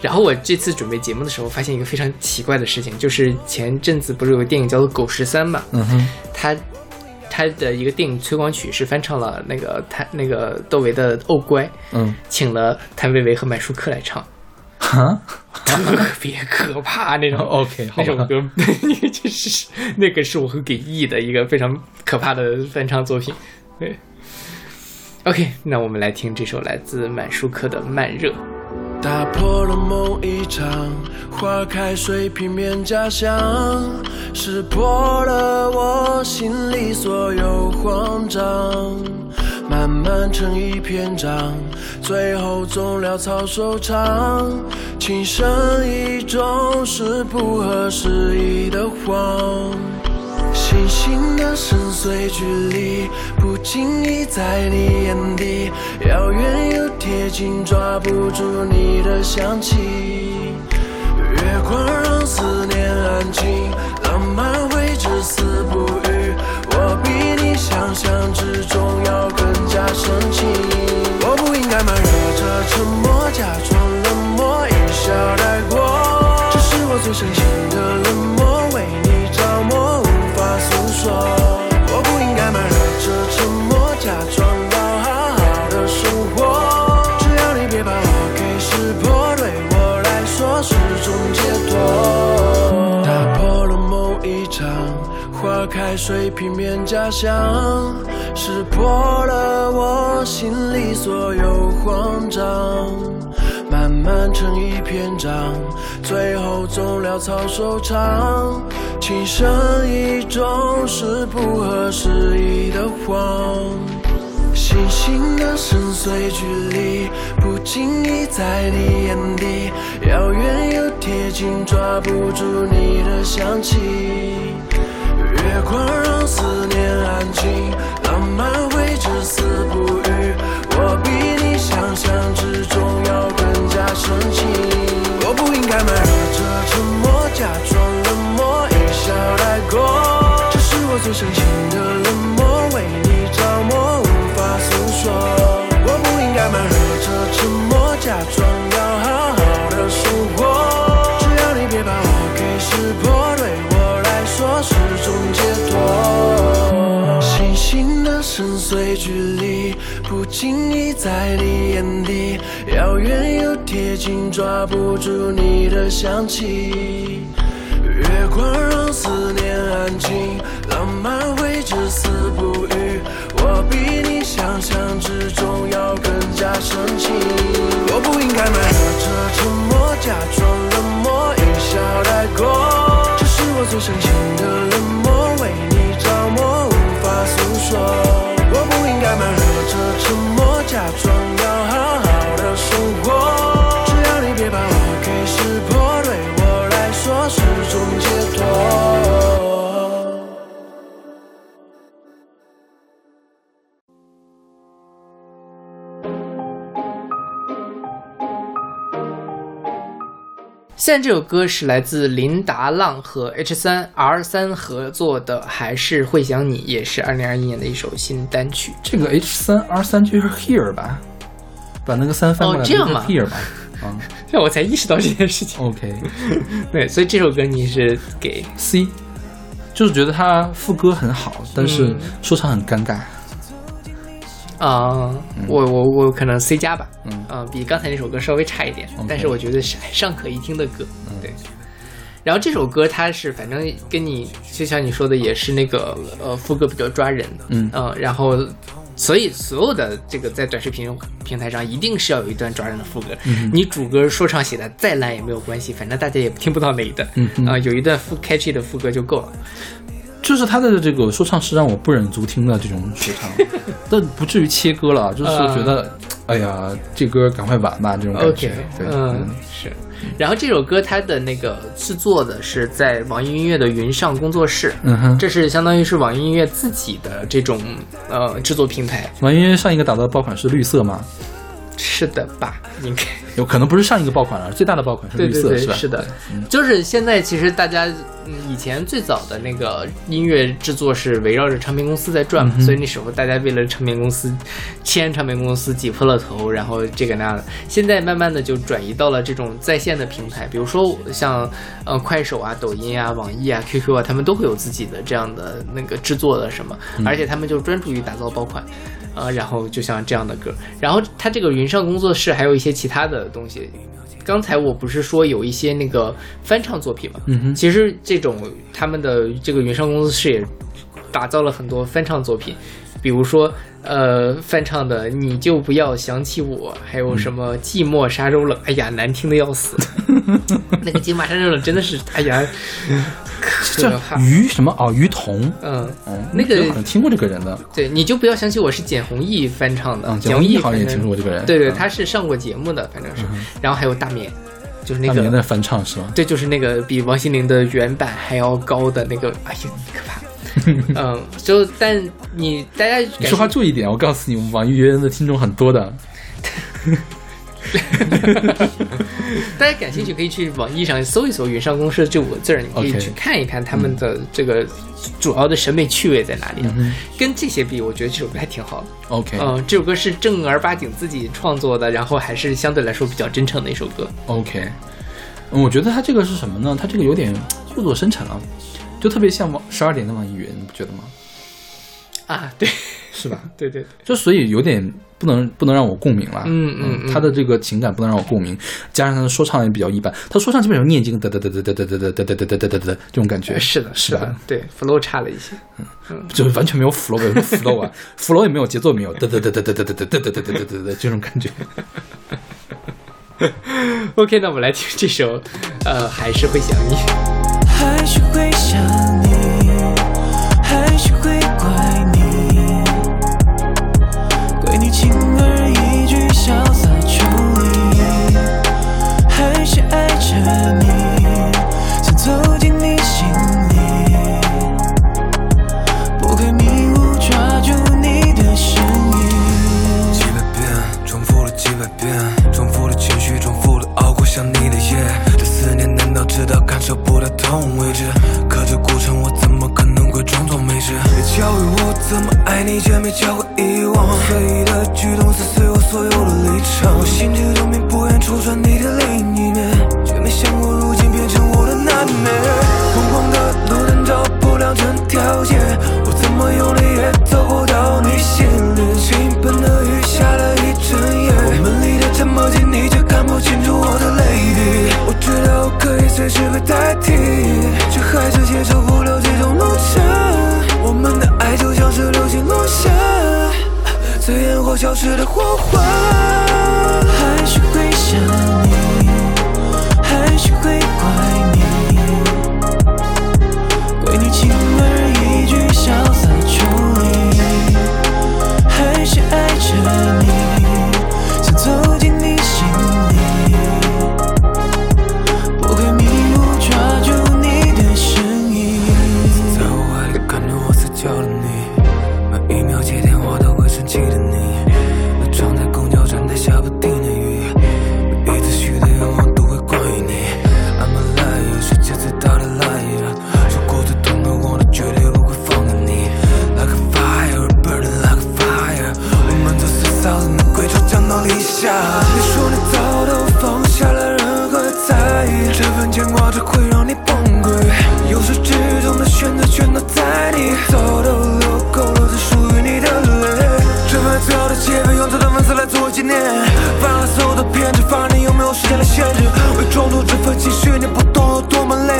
Speaker 1: 然后我这次准备节目的时候，发现一个非常奇怪的事情，就是前阵子不是有个电影叫做《狗十三》嘛，
Speaker 2: 嗯哼，
Speaker 1: 它它的一个电影推广曲是翻唱了那个谭那个窦唯的《哦乖》，
Speaker 2: 嗯，
Speaker 1: 请了谭维维和满舒克来 唱，
Speaker 2: 哈
Speaker 1: 特别可怕那种。
Speaker 2: ，OK，好
Speaker 1: 那首
Speaker 2: 吧，
Speaker 1: 歌，这是 那个是我会给 E 的一个非常可怕的翻唱作品。对，OK，那我们来听这首来自满舒克的《慢热》。
Speaker 3: 打破了梦一场，花开水平面假象，识破了我心里所有慌张，慢慢成一篇章，最后总潦草收场。情深意重是不合时宜的谎。星星的深邃距离，不经意在你眼底，遥远又贴近，抓不住你的香气。月光让思念安静，浪漫会至死不渝。我比你想象之中要更加深情。我不应该慢热着沉默，假装冷漠，一笑带过。这是我最深情的冷漠，为你着魔，无法诉说。我不应该慢热着沉默，假装要好好的生活。只要你别把我给识破，对我来说是种解脱。打破了梦一场，花开水平面假象，识破了我心里所有慌张。慢慢成一篇章，最后总潦草收场。情深意重是不合时宜的谎。星星的深邃距离，不经意在你眼底，遥远又贴近，抓不住你的香气。月光让思念安静，浪漫会至死不渝。我比你想象之中要更加深情。我不应该慢热着沉默，假装冷漠，一笑带过。这是我最深情的冷漠，为你着魔，无法诉说。我不应该慢热着沉默，假装要好好的生活。只要你别把我给识破，对我来说是种解脱。星星的深邃距离，不经意在你眼底，遥远又贴近，抓不住你的香气。月光让思念安静，浪漫会至死不渝。我比你想象之中要更加深情。我不应该慢热着沉默，假装冷漠，一笑带过。这是我最深情的冷漠，为你着魔，无说，我不应该慢热着沉默，假装要好好的生活。只要你别把我给识破，对我来说是种解脱。
Speaker 1: 现在这首歌是来自林达浪和 H 三 R 三合作的，还是会想你，也是二零二一年的一首新单曲。
Speaker 2: 这个 H 三 R 三就是 Here 吧，把那个三翻过来
Speaker 1: 哦这样
Speaker 2: 就是
Speaker 1: 吗
Speaker 2: Here 吧。啊
Speaker 1: 这 我才意识到这件事情。
Speaker 2: ，OK，C
Speaker 1: 对，所以这首歌你是给
Speaker 2: 就是觉得他副歌很好，但是
Speaker 1: 嗯
Speaker 2: 说唱很尴尬。
Speaker 1: 啊、我我我可能 C 加吧，
Speaker 2: 嗯
Speaker 1: 啊、比刚才那首歌稍微差一点
Speaker 2: OK 嗯
Speaker 1: 但是我觉得是还尚可一听的歌，对。然后这首歌它是反正跟你就像你说的，也是那个呃副歌比较抓人的，
Speaker 2: 嗯
Speaker 1: 呃然后所以所有的这个在短视频平台上一定是要有一段抓人的副歌，
Speaker 2: 嗯
Speaker 1: 你主歌说唱写的再烂也没有关系，反正大家也听不到那一段，
Speaker 2: 嗯哼
Speaker 1: 啊、有一段副 catchy 的副歌就够了，
Speaker 2: 就是他的这个说唱是让我不忍足听的这种说 唱，但不至于切歌了，就是觉得，哎呀，这歌赶快完吧这种感
Speaker 1: 嗯 OK，
Speaker 2: 觉。对，
Speaker 1: 嗯，是。然后这首歌它的那个制作的是在网易音乐的云上工作室，
Speaker 2: 嗯哼
Speaker 1: 这是相当于是网易音乐自己的这种呃制作平台，
Speaker 2: 网易云上一个打造的爆款是绿色嘛？
Speaker 1: 是的吧？应该
Speaker 2: 有可能不是上一个爆款啊了，最大的爆款是
Speaker 1: 对
Speaker 2: 绿
Speaker 1: 对
Speaker 2: 色，
Speaker 1: 对，
Speaker 2: 吧？嗯
Speaker 1: 是的，就是现在其实大家。嗯，以前最早的那个音乐制作是围绕着唱片公司在转
Speaker 2: 嗯
Speaker 1: 嘛，所以那时候大家为了唱片公司，签唱片公司挤破了头，然后这个那的。现在慢慢的就转移到了这种在线的平台，比如说像呃快手啊、抖音啊、网易啊、QQ 啊，他们都会有自己的这样的那个制作的什么，而且他们就专注于打造爆款。啊，然后就像这样的歌，然后它这个云上工作室还有一些其他的东西，刚才我不是说有一些那个翻唱作品嘛，
Speaker 2: 嗯哼
Speaker 1: 其实这种他们的这个原唱公司是也打造了很多翻唱作品，比如说呃翻唱的《你就不要想起我》，还有什么《寂寞沙 洲冷》，哎呀难听的要死，那个《寂寞沙洲冷》真的是哎呀可
Speaker 2: 叫
Speaker 1: 怕，
Speaker 2: 于什么？哦，于彤。
Speaker 1: 嗯。
Speaker 2: 哦，
Speaker 1: 那个
Speaker 2: 我好像听过这个人的，
Speaker 1: 对，你就不要想起我是简弘毅翻唱的，
Speaker 2: 嗯
Speaker 1: 简
Speaker 2: 简
Speaker 1: 弘
Speaker 2: 弘
Speaker 1: 毅
Speaker 2: 毅好像也
Speaker 1: 反正
Speaker 2: 听说过这个人
Speaker 1: 对对，
Speaker 2: 嗯
Speaker 1: 他是上过节目的，反正是。然后还有大冕，就是那
Speaker 2: 他
Speaker 1: 个
Speaker 2: 们在翻唱是吗？
Speaker 1: 对，就是那个比王心凌的原版还要高的那个，哎呀，可 怕。嗯，就但你大家
Speaker 2: 你
Speaker 1: 感
Speaker 2: 说话
Speaker 1: 觉
Speaker 2: 注意点，我告诉你，我们网易云的听众很多的。
Speaker 1: 大家感兴趣可以去网易上搜一搜“云上公社”这五个字儿，你可以
Speaker 2: OK
Speaker 1: 去看一看他们的这个主要的审美趣味在哪里啊。
Speaker 2: 嗯
Speaker 1: 跟这些比，我觉得这首歌还挺好的。
Speaker 2: OK
Speaker 1: 嗯，这首歌是正儿八经自己创作的，然后还是相对来说比较真诚的一首歌。
Speaker 2: OK，嗯我觉得他这个是什么呢？他这个有点故作深沉了，就特别像网十二点的网易云，你不觉得吗？
Speaker 1: 啊，对，
Speaker 2: 是吧？
Speaker 1: 对对对，
Speaker 2: 就所以有点不能不能让我共鸣了。
Speaker 1: 嗯嗯嗯
Speaker 2: 他的这个情感不能让我共鸣，加上他的说唱也比较一般，他说唱基本上念经哒哒哒哒哒哒哒哒哒哒哒哒哒哒这种感觉，
Speaker 1: 是的，
Speaker 2: 哎是
Speaker 1: 的，嗯对，flow 差了一些。
Speaker 2: 就是完全没有 flow，有什么 flow 啊？flow 也没有，节奏也没有，哒哒哒哒哒哒哒哒哒哒哒哒哒哒这种感觉。
Speaker 1: OK，那我们来听这首，呃，还是会想你。
Speaker 3: 还是会想你，还是会怪你，怪你轻而易举潇洒抽离，还是爱着你，想走进你心里，不会迷雾抓住你的身影。
Speaker 8: 几百遍，重复了几百遍，重复的情绪，重复的熬过想你的夜。这思念难道直到感受不到痛为止？可这过程我怎么可能会装作没事？别教会我怎么爱你，却没教会遗忘。随意的举动撕碎我所有的立场，我心知肚明，不愿戳穿你的另一面，却没想过如今变成我的难免。昏黄的路灯照不亮整条街，我怎么用力也走不到你心里。倾盆的雨下了一整夜，我们离得这么近，你却看不清楚我的泪滴。我知道我可以随时被代替，却还是接受不了这种路程。我们的爱就像是流星落下，随烟火消失的火花。
Speaker 3: 还是会想你，还是会怪你，怪你轻而易举潇洒抽离，下。你说你早都放下了任何在意，这份牵挂只会让你崩溃。由始至终的选择全都在你，早都流够了只属于你的泪。这份最好的结尾，用这段文字来做纪念。犯了所有的偏执，放你有没有时间来限制？为冲突这份情绪，你不懂有多么累。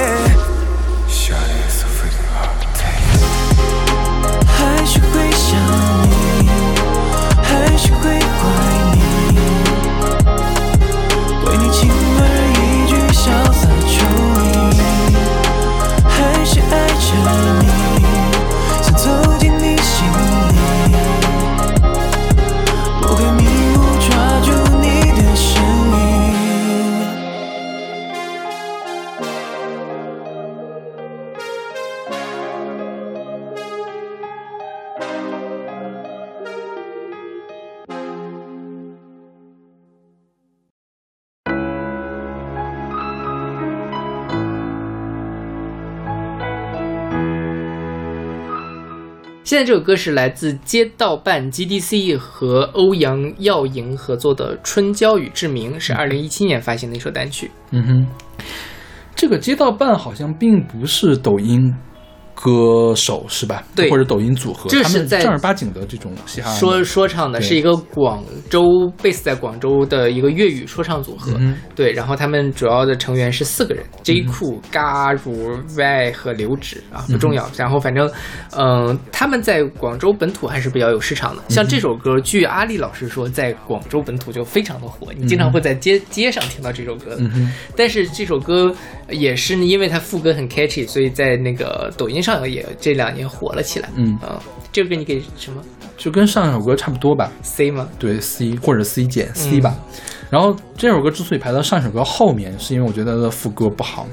Speaker 9: 还是会想你，还是会怪你，为你轻而易举潇洒抽离，还是爱着你，想走进你心里，不会迷路，抓住你的身影。
Speaker 1: 现在这首歌是来自街道办 GDC 和欧阳耀莹合作的《春娇与志明》，是二零一七年发行的一首单曲。
Speaker 2: 嗯哼，这个街道办好像并不是抖音歌手是吧？
Speaker 1: 对
Speaker 2: 或者抖音组合，
Speaker 1: 这是
Speaker 2: 他们
Speaker 1: 在
Speaker 2: 正儿八经的这种嘻哈。
Speaker 1: 说说唱的
Speaker 2: 对
Speaker 1: 是一个广州 base 在广州的一个粤语说唱组合，
Speaker 2: 嗯
Speaker 1: 对，然后他们主要的成员是四个人：J 酷、嘎如、Y 和刘指啊，不重要。然后反正，嗯、他们在广州本土还是比较有市场的。
Speaker 2: 嗯
Speaker 1: 像这首歌，据阿丽老师说，在广州本土就非常的火，你经常会在街街上听到这首歌。
Speaker 2: 嗯哼，
Speaker 1: 但是这首歌也是因为它副歌很 catchy，所以在那个抖音上也这两年火了起来。
Speaker 2: 嗯
Speaker 1: 啊、这个歌你给什么
Speaker 2: 就跟上一首歌差不多吧。
Speaker 1: C 吗？
Speaker 2: 对 C 或者 C
Speaker 1: 嗯
Speaker 2: 减 C 吧。然后这首歌之所以排到上一首歌后面，是因为我觉得它的副歌不好，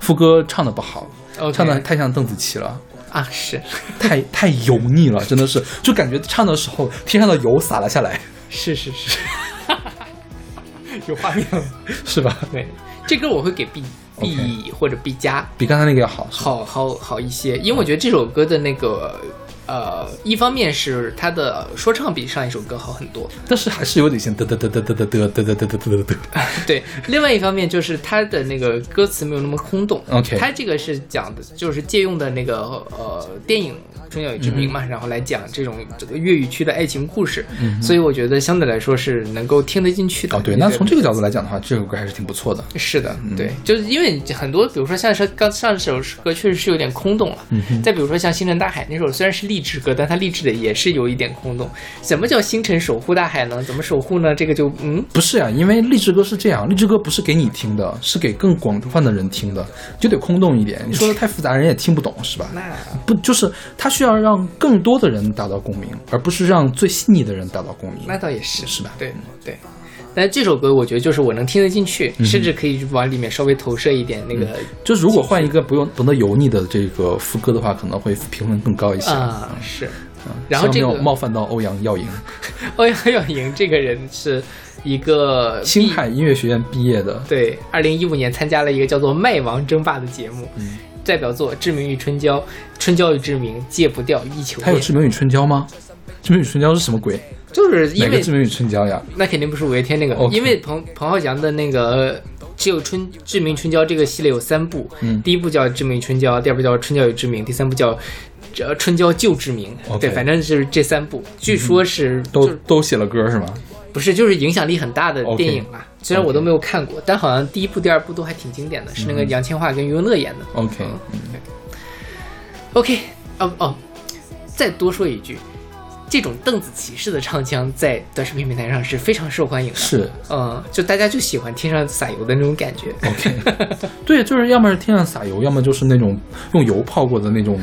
Speaker 2: 副歌唱的不好
Speaker 1: OK
Speaker 2: 唱的太像邓紫棋了。
Speaker 1: 啊，是
Speaker 2: 太太油腻了，真的是，就感觉唱的时候天上的油洒了下来，
Speaker 1: 是是是，有画面了。
Speaker 2: 是吧？
Speaker 1: 对，这歌我会给 B B 或者 B 加，
Speaker 2: 比刚才那个要好，是吧
Speaker 1: 好好好一些，因为我觉得这首歌的那个呃，一方面是它的说唱比上一首歌好很 多，
Speaker 2: 但是还是有点像嘚嘚嘚嘚嘚嘚嘚嘚嘚嘚嘚嘚嘚。
Speaker 1: 对，另外一方面就是它的那个歌词没有那么空洞。
Speaker 2: OK
Speaker 1: 它这个是讲的，就是借用的那个呃电影《春娇与志明》
Speaker 2: 嗯
Speaker 1: 嘛，然后来讲这种这个粤语区的爱情故事，所以我觉得相对来说是能够听得进去的。
Speaker 2: 哦，对，
Speaker 1: 你
Speaker 2: 那
Speaker 1: 觉
Speaker 2: 从
Speaker 1: 得
Speaker 2: 这个角度来讲的话，这首歌还是挺不错的。
Speaker 1: 是的，对，就是因为很多，比如说像是刚上首歌确实是有点空洞了，再比如说像《星辰大海》那首虽然是励志歌，但它励志的也是有一点空洞。什么叫星辰守护大海呢？怎么守护呢？这个就嗯，
Speaker 2: 不是呀、因为励志歌是这样，励志歌不是给你听的，是给更广泛的人听的，就得空洞一点。你说的太复杂，人也听不懂，是吧？
Speaker 1: 那
Speaker 2: 不就是它需要让更多的人达到共鸣，而不是让最细腻的人达到共鸣。
Speaker 1: 那倒也是，
Speaker 2: 是吧
Speaker 1: 对对。但这首歌我觉得就是我能听得进去，甚至可以往里面稍微投射一点那个
Speaker 2: 就是如果换一个不用不那油腻的这个副歌的话，可能会评分更高一些。
Speaker 1: 啊、是。然后
Speaker 2: 希
Speaker 1: 这
Speaker 2: 望没
Speaker 1: 个
Speaker 2: 有 冒犯到欧阳耀莹，
Speaker 1: 欧阳耀莹这个人是一个
Speaker 2: 星
Speaker 1: 毕
Speaker 2: 海音乐学院毕业的，
Speaker 1: 对，二零一五年参加了一个叫做《麦王争霸》的节目，
Speaker 2: 嗯
Speaker 1: 代表作《志明与春娇》《春娇与志明》《戒不掉一球
Speaker 2: 他
Speaker 1: 烟
Speaker 2: 有《志》，明与春娇》吗？《志明与春娇》是什么鬼？
Speaker 1: 就是
Speaker 2: 哪
Speaker 1: 因
Speaker 2: 个《
Speaker 1: 为
Speaker 2: 志明与春娇》呀？
Speaker 1: 那肯定不是五月天那个
Speaker 2: OK
Speaker 1: 因为彭彭浩翔的那个。只有春《志明与春娇》这个系列有三部，
Speaker 2: 嗯
Speaker 1: 第一部叫《志明与春娇》，第二部叫《春娇与志明》，第三部叫《呃春娇救志明》。
Speaker 2: OK 嗯
Speaker 1: 对，反正是这三部，据说是
Speaker 2: 都
Speaker 1: 就是
Speaker 2: 都写了歌是吗？
Speaker 1: 不是，就是影响力很大的
Speaker 2: OK
Speaker 1: 电影吧。虽然我都没有看过，但好像第一部、第二部都还挺经典的，
Speaker 2: 嗯
Speaker 1: 是那个杨千嬅跟余文乐演的。
Speaker 2: OK，
Speaker 1: 嗯
Speaker 2: 嗯
Speaker 1: OK，哦哦，再多说一句，这种邓紫棋式的唱腔在短视频平台上是非常受欢迎的。，
Speaker 2: 是
Speaker 1: 嗯，就大家就喜欢天上撒油的那种感觉。
Speaker 2: OK，对，就是要么是天上撒油，要么就是那种用油泡过的那种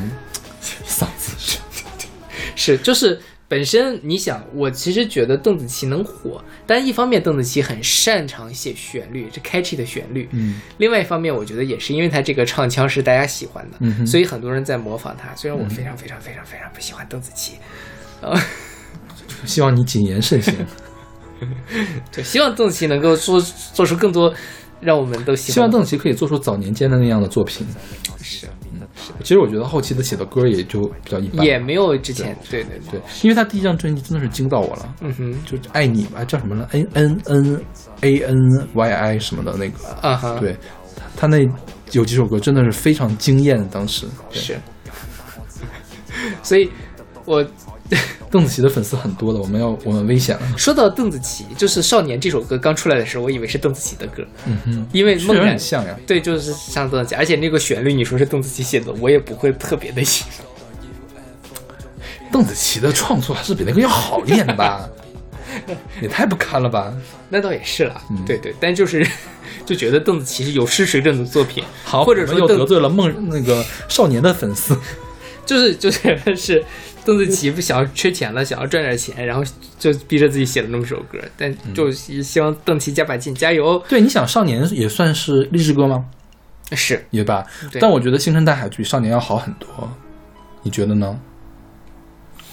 Speaker 2: 嗓子。
Speaker 1: 是，就是本身你想，我其实觉得邓紫棋能火，但一方面邓紫棋很擅长写旋律，这 catchy 的旋律，
Speaker 2: 嗯，
Speaker 1: 另外一方面我觉得也是因为她这个唱腔是大家喜欢的，
Speaker 2: 嗯哼嗯
Speaker 1: 所以很多人在模仿她。虽然我非常非常非常非常不喜欢邓紫棋，
Speaker 2: 希望你谨言慎行。
Speaker 1: 对，希望邓紫棋能够做做出更多让我们都喜欢的。
Speaker 2: 希望邓紫棋可以做出早年间的那样的作品。
Speaker 1: 是，
Speaker 2: 其实我觉得后期他写的歌也就比较一般，
Speaker 1: 也没有之前，对对对
Speaker 2: 对，因为他第一张专辑真的是惊到我了，
Speaker 1: 嗯哼，
Speaker 2: 就爱你吧，叫什么了？N N N A N Y I 什么的那个，
Speaker 1: 啊哈，，
Speaker 2: 对，他那有几首歌真的是非常惊艳，当时对
Speaker 1: 是， 所以我
Speaker 2: 邓紫棋的粉丝很多的，我们要我们危险了，
Speaker 1: 说到邓紫棋，就是《少年》这首歌刚出来的时候，我以为是邓紫棋的歌，
Speaker 2: 嗯哼，
Speaker 1: 因为
Speaker 2: 确
Speaker 1: 梦
Speaker 2: 实
Speaker 1: 然
Speaker 2: 很像呀，
Speaker 1: 对，就是像邓紫棋，而且那个旋律你说是邓紫棋写的，我也不会特别的喜欢。
Speaker 2: 邓紫棋的创作还是比那个要好一点的吧， 也太不堪了吧。
Speaker 1: 那倒也是啦，
Speaker 2: 嗯
Speaker 1: 对对，但就是 就觉得邓紫棋是有失水准的作品，
Speaker 2: 好，
Speaker 1: 或者
Speaker 2: 我们
Speaker 1: 说
Speaker 2: 又
Speaker 1: 邓
Speaker 2: 得罪了梦 那个少年的粉丝，
Speaker 1: 就是就是 是邓紫棋不想要缺钱了，想要赚点钱，然后就逼着自己写了那么首歌，但
Speaker 2: 嗯
Speaker 1: 就是希望邓紫棋加把劲，加油！
Speaker 2: 对，你想少年也算是励志歌吗？
Speaker 1: 是
Speaker 2: 也吧
Speaker 1: 对，
Speaker 2: 但我觉得星辰大海比少年要好很多，你觉得呢？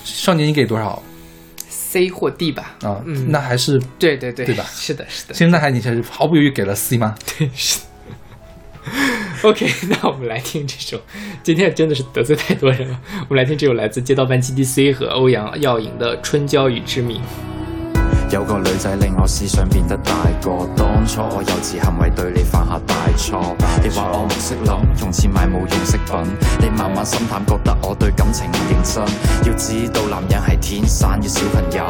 Speaker 2: 少年你给多少
Speaker 1: C 或 D 吧？
Speaker 2: 啊？
Speaker 1: 嗯
Speaker 2: 那还是
Speaker 1: 对对对，
Speaker 2: 对吧
Speaker 1: 是的，是的。
Speaker 2: 星辰大海，你还是毫不犹豫给了 C 吗？
Speaker 1: OK，那我们来听这首，今天真的是得罪太多人了。我们来听这首来自街道办 GDC 和欧阳耀莹的《春娇与志明》。
Speaker 10: 有個女仔令我思想變得大個，當初我幼稚行為對你犯下大錯。你話我唔識諗，用錢買冇用飾品。你慢慢心淡，覺得我對感情唔認真。要知道男人係天生嘅小朋友，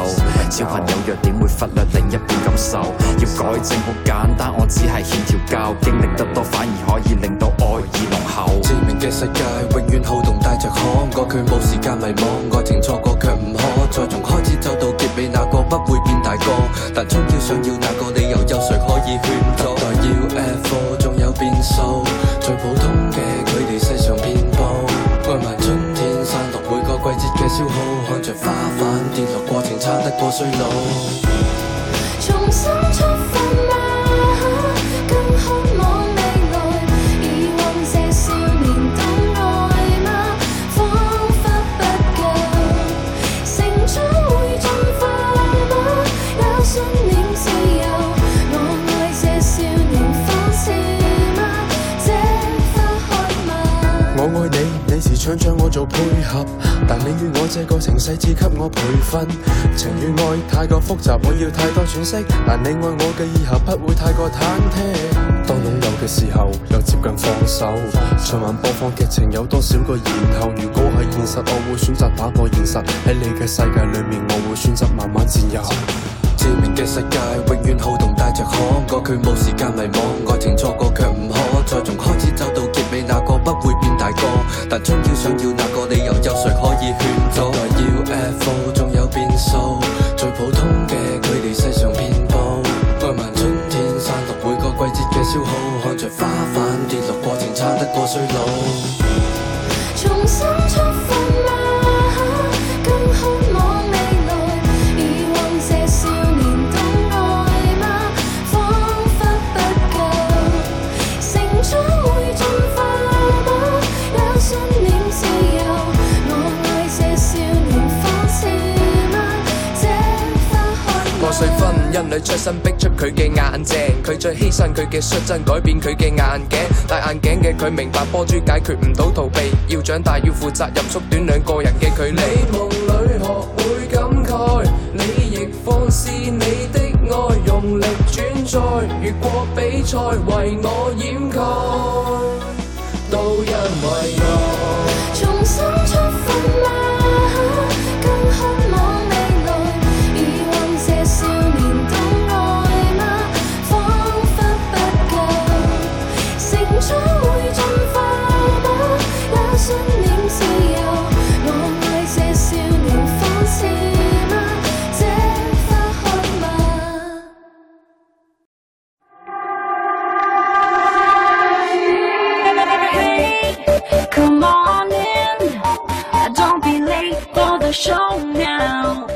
Speaker 10: 小朋友弱點會忽略另一半感受。要改正好簡單，我只係欠調教，經歷得多反而可以令到愛意濃厚。
Speaker 11: 致命嘅世界，永遠好動帶着可，過佢冇時間迷惘，愛情錯過卻唔可，再從開始走到結尾，那個不會變大個，但春嬌想要那個你又有誰可以勸阻？代要 F4 仲有變數，最普通嘅佢哋世上遍佈，愛埋春天散落每個季節嘅消耗，看着花瓣跌落過程差得過衰老。
Speaker 5: 重新出發嗎？更渴望未來，以往這少年懂愛嗎？彷彿不夠，成長會進化嗎？有信念自由，我愛這少年方是嗎？這花開嗎？
Speaker 11: 我愛你，你時搶將我做配合，但你與我這個情勢只給我培訓。情與愛太過複雜，我要太多喘息。但你愛我嘅以後不會太過忐忑。當擁有嘅時候，又接近放手。循環播放劇情有多少個然後？如果係現實，我會選擇打破現實。喺你嘅世界裏面，我會選擇慢慢佔有。致命嘅世界，永遠好動帶着可，愛佢冇時間迷惘，愛情錯過卻唔可，再從開始走到結尾，那個不會變大個，但春嬌想要那個你又有誰可以勸阻？來要 F4 仲有變數，最普通嘅佢哋世上遍佈，愛埋春天散落每個季節嘅消耗，看着花瓣跌落過程差得過衰老。
Speaker 5: 重新出發嗎？更渴望未來，以往這少年懂愛嗎？彷彿不夠，成長會進化嗎？有信念自由，我愛這少年方是嗎？這花
Speaker 12: 破碎
Speaker 5: 開
Speaker 12: 婚
Speaker 5: 嗎？
Speaker 12: 因女出身逼出佢嘅眼睛，佢最犧牲佢嘅率真改變佢嘅眼鏡，戴眼鏡嘅佢明白波珠解決唔到逃避，要長大要負責任，縮短兩個人嘅距離。你夢裏學會感慨，你亦放肆你的愛，用力轉載，越過比賽為我掩蓋，都因為我。
Speaker 5: 重新出發嗎？更渴望未來，以往這少年懂愛嗎？彷彿不夠，成長會進化嗎？有信念自由，我愛這少年方是嗎？這花開嗎？
Speaker 13: Come on in, don't be late for the show now.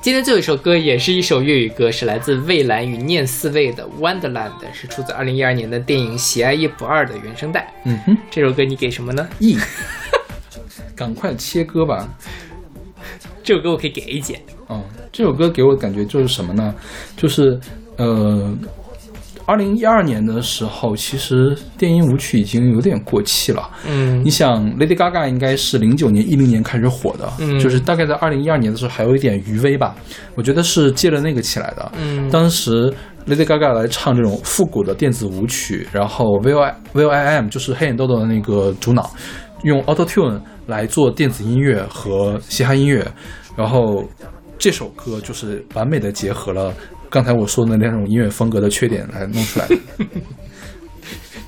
Speaker 1: 今天最后一首歌也是一首粤语歌，是来自蔚蓝与念四卫的《Wonderland》，是出自2012年的电影《喜爱夜不二》的原声带。
Speaker 2: 嗯 哼
Speaker 1: 这首歌你给什么呢？
Speaker 2: ，E，赶快切歌吧。
Speaker 1: 这首歌我可以给 A 减。
Speaker 2: 嗯，这首歌给我的感觉就是什么呢？就是呃，二零一二年的时候，其实电音舞曲已经有点过气了。
Speaker 1: 嗯
Speaker 2: 你想，Lady Gaga 应该是零九年、一零年开始火的，
Speaker 1: 嗯
Speaker 2: 就是大概在二零一二年的时候还有一点余威吧。我觉得是借了那个起来的。
Speaker 1: 嗯
Speaker 2: 当时 Lady Gaga 来唱这种复古的电子舞曲，然后 V O I V O I M 就是黑眼豆豆的那个主脑，用 Auto Tune 来做电子音乐和嘻哈音乐，然后这首歌就是完美的结合了刚才我说的那种音乐风格的缺点来弄 出来的。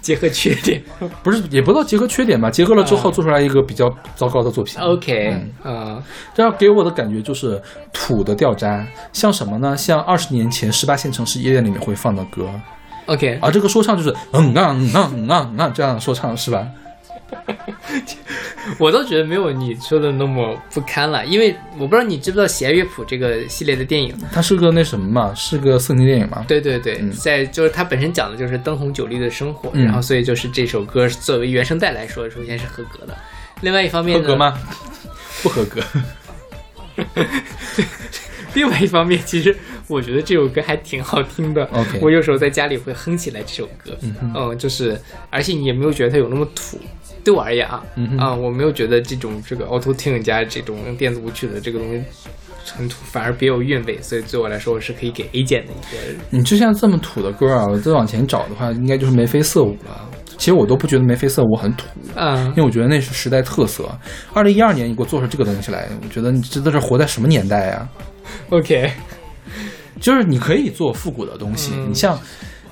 Speaker 1: 结合缺 点，
Speaker 2: 不是也不到结合缺点吧，结合了之后做出来一个比较糟糕的作品。
Speaker 1: OK，啊，
Speaker 2: 嗯这样给我的感觉就是土的掉渣，像什么呢？像二十年前十八线城市夜店里面会放的歌，啊
Speaker 1: OK，
Speaker 2: 而这个说唱就是嗯啊嗯啊嗯啊嗯啊这样说唱是吧？
Speaker 1: 我倒觉得没有你说的那么不堪了，因为我不知道你知不知道弦乐谱这个系列的电影。
Speaker 2: 它是个那什么嘛，是个色情电影嘛？
Speaker 1: 对对对，在就是它本身讲的就是灯红酒绿的生活，
Speaker 2: 嗯
Speaker 1: 然后所以就是这首歌作为原声带来说，首先是合格的。另外一方面
Speaker 2: 合
Speaker 1: 呢，
Speaker 2: 格吗？不合格。
Speaker 1: 另外一方面，其实我觉得这首歌还挺好听的。
Speaker 2: OK
Speaker 1: 我有时候在家里会哼起来这首歌。
Speaker 2: 嗯哼
Speaker 1: 就是，而且你也没有觉得它有那么土。对我而言啊，
Speaker 2: 嗯哼
Speaker 1: 啊，我没有觉得这种这个 auto tune 加这种电子舞曲的这个东西很土，反而别有韵味。所以对我来说，我是可以给 A 键的一个。
Speaker 2: 你就像这么土的歌啊，我再往前找的话，应该就是眉飞色舞了。其实我都不觉得眉飞色舞很土，
Speaker 1: 嗯
Speaker 2: 因为我觉得那是时代特色。二零一二年你给我做出这个东西来，我觉得你真的是活在什么年代呀、
Speaker 1: OK，
Speaker 2: 就是你可以做复古的东西，
Speaker 1: 嗯
Speaker 2: 你像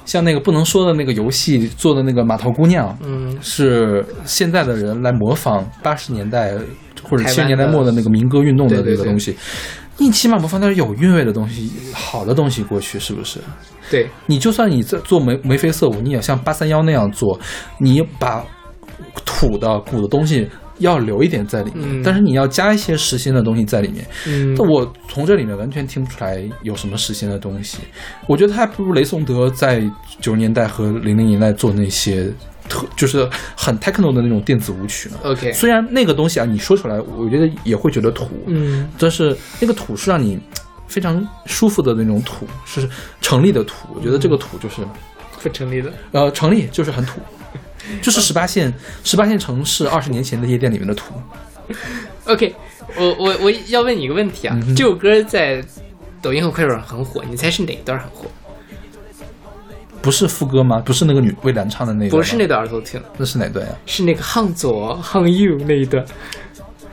Speaker 2: 像那个不能说的那个游戏做的那个码头姑娘，
Speaker 1: 嗯
Speaker 2: 是现在的人来模仿八十年代或者
Speaker 1: 台湾的
Speaker 2: 七十年代末的那个民歌运动的
Speaker 1: 对对
Speaker 2: 那个
Speaker 1: 对
Speaker 2: 东西，你起码模仿点有韵味的东西，好的东西过去是不是？
Speaker 1: 对，
Speaker 2: 你就算你在做眉眉飞色舞，你也像八三幺那样做，你把土的古的东西要留一点在里面，
Speaker 1: 嗯
Speaker 2: 但是你要加一些实心的东西在里面。
Speaker 1: 嗯
Speaker 2: 但我从这里面完全听不出来有什么实心的东西，我觉得他还不如雷颂德在九十年代和零零年代做那些。特就是很 techno 的那种电子舞曲呢。
Speaker 1: 呃 OK
Speaker 2: 虽然那个东西啊，你说出来，我觉得也会觉得土，
Speaker 1: 嗯，
Speaker 2: 但是那个土是让你非常舒服的那种土，是成立的土。我觉得这个土就是，
Speaker 1: 不成立的。
Speaker 2: 呃，成立就是很土， 就是十八线十八线城市二十年前的夜店里面的土。
Speaker 1: OK，我我我要问你一个问题
Speaker 2: 嗯
Speaker 1: 啊，这首歌在抖音和快手上很火，你猜是哪一段很火？
Speaker 2: 不是副歌吗？不是那个女魏兰唱的那个？
Speaker 1: 不是那，段儿偷听，
Speaker 2: 那是哪啊段呀、
Speaker 1: 是那个向左向右那一段。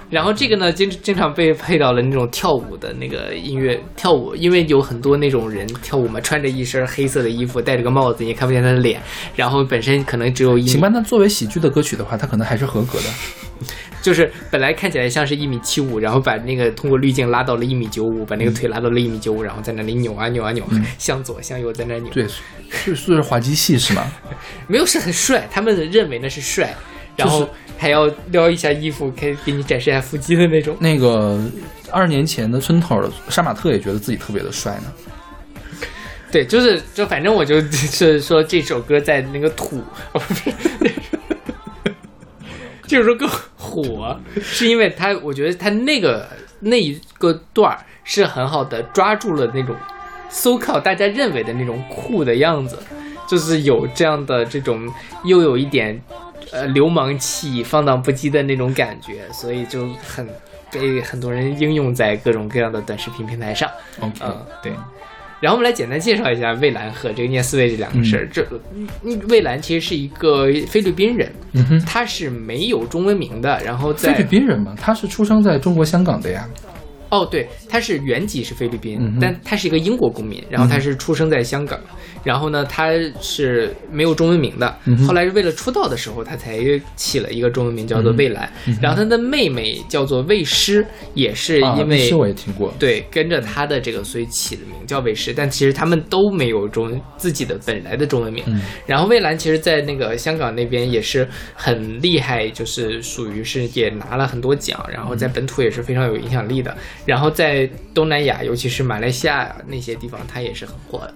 Speaker 1: 然后这个呢，经经常被配到了那种跳舞的那个音乐跳舞，因为有很多那种人跳舞嘛，穿着一身黑色的衣服，戴着个帽子，你也看不见他的脸，然后本身可能只有一
Speaker 2: 行吧，那作为喜剧的歌曲的话，它可能还是合格的。
Speaker 1: 就是本来看起来像是一米七五，然后把那个通过滤镜拉到了一米九五，把那个腿拉到了一米九五，然后在那里扭啊扭啊扭，向左向右在那扭，
Speaker 2: 对，是是滑稽戏是吗？
Speaker 1: 没有是很帅，他们认为那是帅，然
Speaker 2: 就
Speaker 1: 后
Speaker 2: 是
Speaker 1: 还要撩一下衣服，可以给你展示一下腹肌的那种。
Speaker 2: 那个二年前的村头杀马特也觉得自己特别的帅呢。
Speaker 1: 对，就是就反正我就是说这首歌在那个土，哦不是，这首歌火是因为它，我觉得它那个那一个段儿是很好的抓住了那种 so called 大家认为的那种酷的样子，就是有这样的这种又有一点呃流氓气、放荡不羁的那种感觉，所以就很被很多人应用在各种各样的短视频平台上。
Speaker 2: OK，、
Speaker 1: 嗯，对。然后我们来简单介绍一下蔚蓝和这个聂思维这两个事儿。这嗯蔚蓝其实是一个菲律宾人，
Speaker 2: 嗯哼
Speaker 1: 他是没有中文名的。然后
Speaker 2: 菲
Speaker 1: 在
Speaker 2: 律宾人嘛，他是出生在中国香港的呀。
Speaker 1: 哦，对，他是原籍是菲律宾，
Speaker 2: 嗯哼
Speaker 1: 但他是一个英国公民，然后他是出生在香港，然后呢，他是没有中文名的。
Speaker 2: 嗯哼
Speaker 1: 后来是为了出道的时候，他才起了一个中文名叫做蔚蓝。
Speaker 2: 嗯哼
Speaker 1: 然后他的妹妹叫做魏诗，也是
Speaker 2: 啊
Speaker 1: 因为、
Speaker 2: 是我也听过。
Speaker 1: 对，跟着他的这个，所以起的名叫魏诗，但其实他们都没有中文自己的本来的中文名。
Speaker 2: 嗯
Speaker 1: 然后魏兰其实，在那个香港那边也是很厉害，就是属于是也拿了很多奖，然后在本土也是非常有影响力的。然后在东南亚，尤其是马来西亚那些地方，他也是很火的。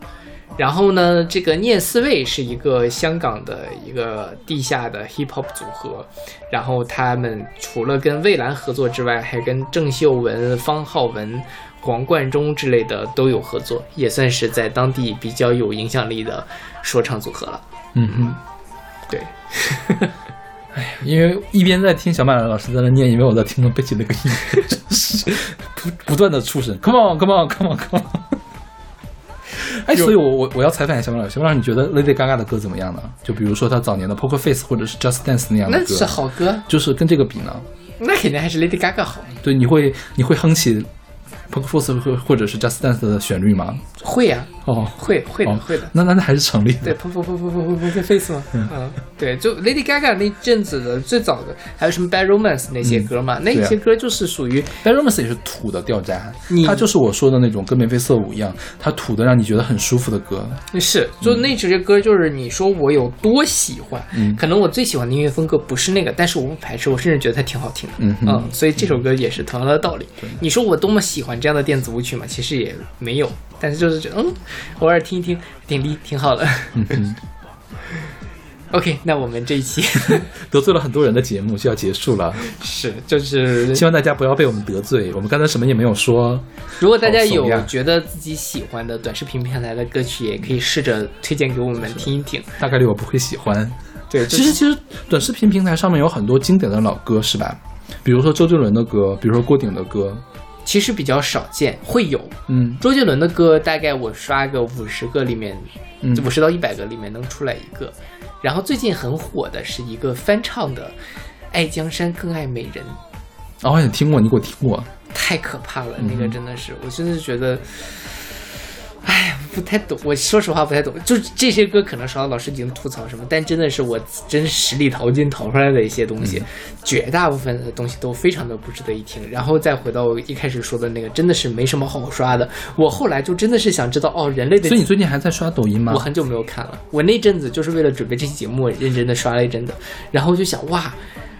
Speaker 1: 然后呢，这个聂思蔚是一个香港的一个地下的 hip hop 组合，然后他们除了跟蔚蓝合作之外，还跟郑秀文、方浩文、黄贯中之类的都有合作，也算是在当地比较有影响力的说唱组合了。
Speaker 2: 嗯嗯，
Speaker 1: 对，
Speaker 2: 因为一边在听小马老师在那念，因为我在听着贝奇那个音乐，真是不不断的出神，Come on，Come on，Come on，Come on。哎，所以我我我要采访一下小马老师，小马老师，你觉得 Lady Gaga 的歌怎么样呢？就比如说她早年的 Poker Face 或者是 Just Dance 那样的歌，
Speaker 1: 那是好歌，
Speaker 2: 就是跟这个比呢，
Speaker 1: 那肯定还是 Lady Gaga 好。
Speaker 2: 对，你会你会哼起 Poker Face 或或者是 Just Dance 的旋律吗？
Speaker 1: 会呀、
Speaker 2: 哦，
Speaker 1: 会会的
Speaker 2: 哦
Speaker 1: 会的。
Speaker 2: 那那那还是成立的。
Speaker 1: 对，噗噗噗噗噗噗噗 face 嘛，
Speaker 2: 嗯
Speaker 1: 嗯，对，就 Lady Gaga 那阵子的最早的，还有什么 Bad Romance 那些歌嘛，那
Speaker 2: 对啊
Speaker 1: 些歌就是属于
Speaker 2: Bad Romance 也是土的掉渣
Speaker 1: 你，
Speaker 2: 它就是我说的那种跟眉飞色舞一样，它土的让你觉得很舒服的歌。
Speaker 1: 是，就那这些歌，就是你说我有多喜欢，
Speaker 2: 嗯
Speaker 1: 可能我最喜欢的音乐风格不是那个，但是我不排斥，我甚至觉得它挺好听的，
Speaker 2: 嗯哼
Speaker 1: 所以这首歌也是同样的道理。你说我多么喜欢这样的电子舞曲嘛，其实也没有，但是就是觉得嗯，偶尔听一听，挺厉挺好的。
Speaker 2: 嗯哼，
Speaker 1: OK，那我们这 一期
Speaker 2: 得罪了很多人的节目就要结束 了，
Speaker 1: 是就是
Speaker 2: 希望大家不要被我们得罪。我们刚才什么也没有说。
Speaker 1: 如果大家有
Speaker 2: 好怂呀
Speaker 1: 觉得自己喜欢的短视频平台的歌曲，也可以试着推荐给我们听一听。
Speaker 2: 大概率我不会喜欢。
Speaker 1: 对，
Speaker 2: 其实其实短视频平台上面有很多经典的老歌，是吧？比如说周杰伦的歌，比如说郭顶的歌，
Speaker 1: 其实比较少见，会有
Speaker 2: 嗯
Speaker 1: 周杰伦的歌，大概我刷个五十个里面，
Speaker 2: 嗯
Speaker 1: 就五十到一百个里面能出来一个。然后最近很火的是一个翻唱的《爱江山更爱美人》，
Speaker 2: 哦，我好像听过，你给我听过。
Speaker 1: 太可怕了，
Speaker 2: 嗯
Speaker 1: 那个真的是，我真的是觉得，哎，不太懂。我说实话不太懂，就是这些歌可能少老师已经吐槽什么，但真的是我真实力淘金淘出来的一些东西，
Speaker 2: 嗯
Speaker 1: 绝大部分的东西都非常的不值得一听。然后再回到我一开始说的那个，真的是没什么好刷的。我后来就真的是想知道，哦，人类的
Speaker 2: 所以你最近还在刷抖音吗？
Speaker 1: 我很久没有看了。我那阵子就是为了准备这期节目，认真的刷了一阵子，然后我就想，哇，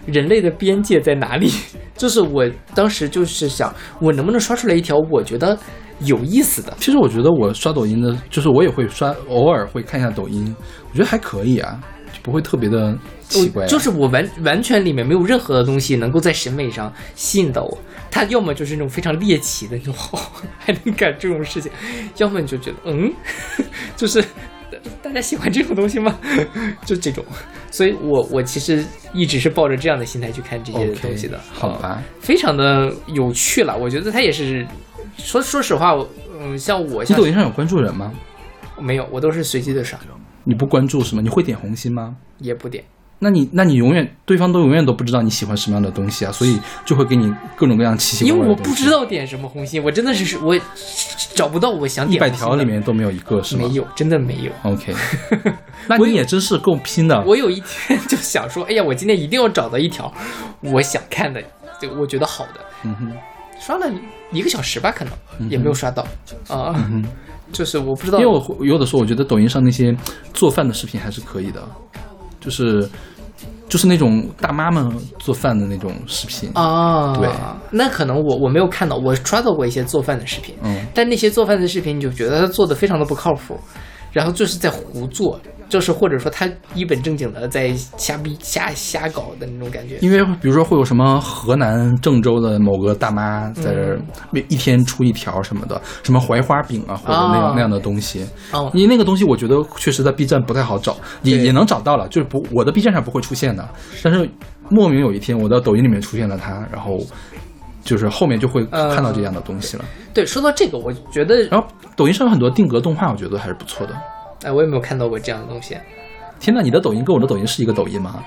Speaker 1: 人类的边界在哪里？ 就是我当时就是想，我能不能刷出来一条我觉得有意思的？
Speaker 2: 其实我觉得我刷抖音的，就是我也会刷，偶尔会看一下抖音，我觉得还可以啊，就不会特别的奇怪、啊
Speaker 1: 我就是我完完全里面没有任何的东西能够在审美上吸引到我，它要么就是那种非常猎奇的那种，哦、还能干这种事情，要么你就觉得嗯， 就是大家喜欢这种东西吗？ 就这种，所以我我其实一直是抱着这样的心态去看这些
Speaker 2: OK，
Speaker 1: 东西的，嗯
Speaker 2: 好吧？
Speaker 1: 非常的有趣了。我觉得它也是说说实话，我嗯，像我
Speaker 2: 你
Speaker 1: 像
Speaker 2: 抖音上有关注人吗？
Speaker 1: 没有，我都是随机的刷，
Speaker 2: 你不关注是吗？你会点红心吗？
Speaker 1: 也不点。
Speaker 2: 那你那你永远对方都永远都不知道你喜欢什么样的东西啊，所以就会给你各种各样奇奇怪
Speaker 1: 因为
Speaker 2: 怪的
Speaker 1: 我
Speaker 2: 东西。
Speaker 1: 不知道点什么红心，我真的是 我找不到我想
Speaker 2: 一
Speaker 1: 点
Speaker 2: 百
Speaker 1: 红心的。
Speaker 2: 条里面都没有一个是吗？
Speaker 1: 没有，真的没有。
Speaker 2: OK，那你也真是够拼的。
Speaker 1: 我有一天就想说，哎呀，我今天一定要找到一条我想看的，就我觉得好的，
Speaker 2: 嗯哼，嗯
Speaker 1: 刷了一个小时吧，可能也没有刷到
Speaker 2: 嗯
Speaker 1: 啊、
Speaker 2: 哼
Speaker 1: 就是我不知道，
Speaker 2: 因为我会有的时候我觉得抖音上那些做饭的视频还是可以的，就是就是那种大妈们做饭的那种视频。
Speaker 1: 啊，
Speaker 2: 对，
Speaker 1: 那可能我我没有看到，我刷到过一些做饭的视频，
Speaker 2: 嗯，
Speaker 1: 但那些做饭的视频，你就觉得他做的非常的不靠谱，然后就是在胡做，就是或者说他一本正经的在瞎逼瞎瞎搞的那种感觉。
Speaker 2: 因为比如说会有什么河南郑州的某个大妈在这儿一天出一条什么的，什么槐花饼啊或者那样、
Speaker 1: 哦
Speaker 2: 那样的东西。
Speaker 1: 哦
Speaker 2: 你那个东西我觉得确实在 B 站不太好找，也也能找到了，就是不我的 B 站上不会出现的。但是莫名有一天我到抖音里面出现了它，然后就是后面就会
Speaker 1: 呃
Speaker 2: 看到这样的东西了。
Speaker 1: 对，说到这个，我觉得，
Speaker 2: 然后抖音上有很多定格动画，我觉得还是不错的。
Speaker 1: 哎，我也没有看到过这样的东西。
Speaker 2: 天呐，你的抖音跟我的抖音是一个抖音吗？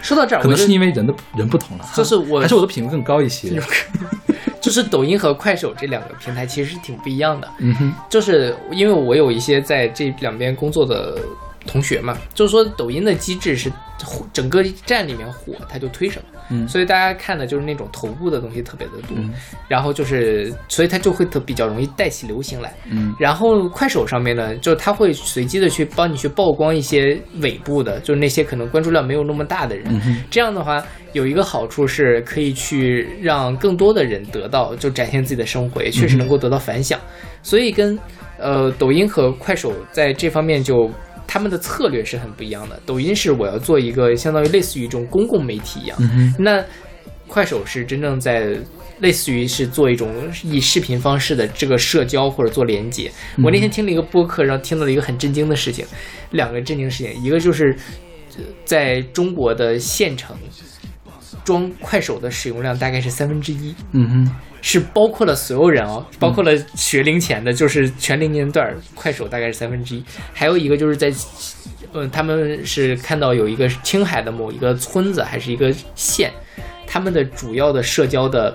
Speaker 1: 说到这儿，
Speaker 2: 可
Speaker 1: 啊我
Speaker 2: 能
Speaker 1: 就是
Speaker 2: 因为人的人不同了，
Speaker 1: 就是我
Speaker 2: 还是我的品味更高一些。
Speaker 1: 就是抖音和快手这两个平台其实是挺不一样的。
Speaker 2: 嗯哼，
Speaker 1: 就是因为我有一些在这两边工作的同学嘛，就是说抖音的机制是火整个站里面火，它就推什么，
Speaker 2: 嗯
Speaker 1: 所以大家看的就是那种头部的东西特别的多，
Speaker 2: 嗯
Speaker 1: 然后就是所以它就会特比较容易带起流行来。
Speaker 2: 嗯
Speaker 1: 然后快手上面呢，就是它会随机的去帮你去曝光一些尾部的，就是那些可能关注量没有那么大的人。
Speaker 2: 嗯哼。
Speaker 1: 这样的话，有一个好处是可以去让更多的人得到，就展现自己的生活，也
Speaker 2: 嗯
Speaker 1: 确实能够得到反响。所以跟呃抖音和快手在这方面就他们的策略是很不一样的。抖音是我要做一个相当于类似于一种公共媒体一样，
Speaker 2: 嗯哼
Speaker 1: 那快手是真正在类似于是做一种以视频方式的这个社交或者做连接。
Speaker 2: 嗯
Speaker 1: 我那天听了一个播客，然后听到了一个很震惊的事情，两个震惊的事情，一个就是呃在中国的县城装快手的使用量大概是三分之一。
Speaker 2: 嗯哼，
Speaker 1: 是包括了所有人哦，
Speaker 2: 嗯
Speaker 1: 包括了学龄前的，就是全龄年段儿，快手大概是三分之一。还有一个就是在，嗯，他们是看到有一个青海的某一个村子还是一个县，他们的主要的社交的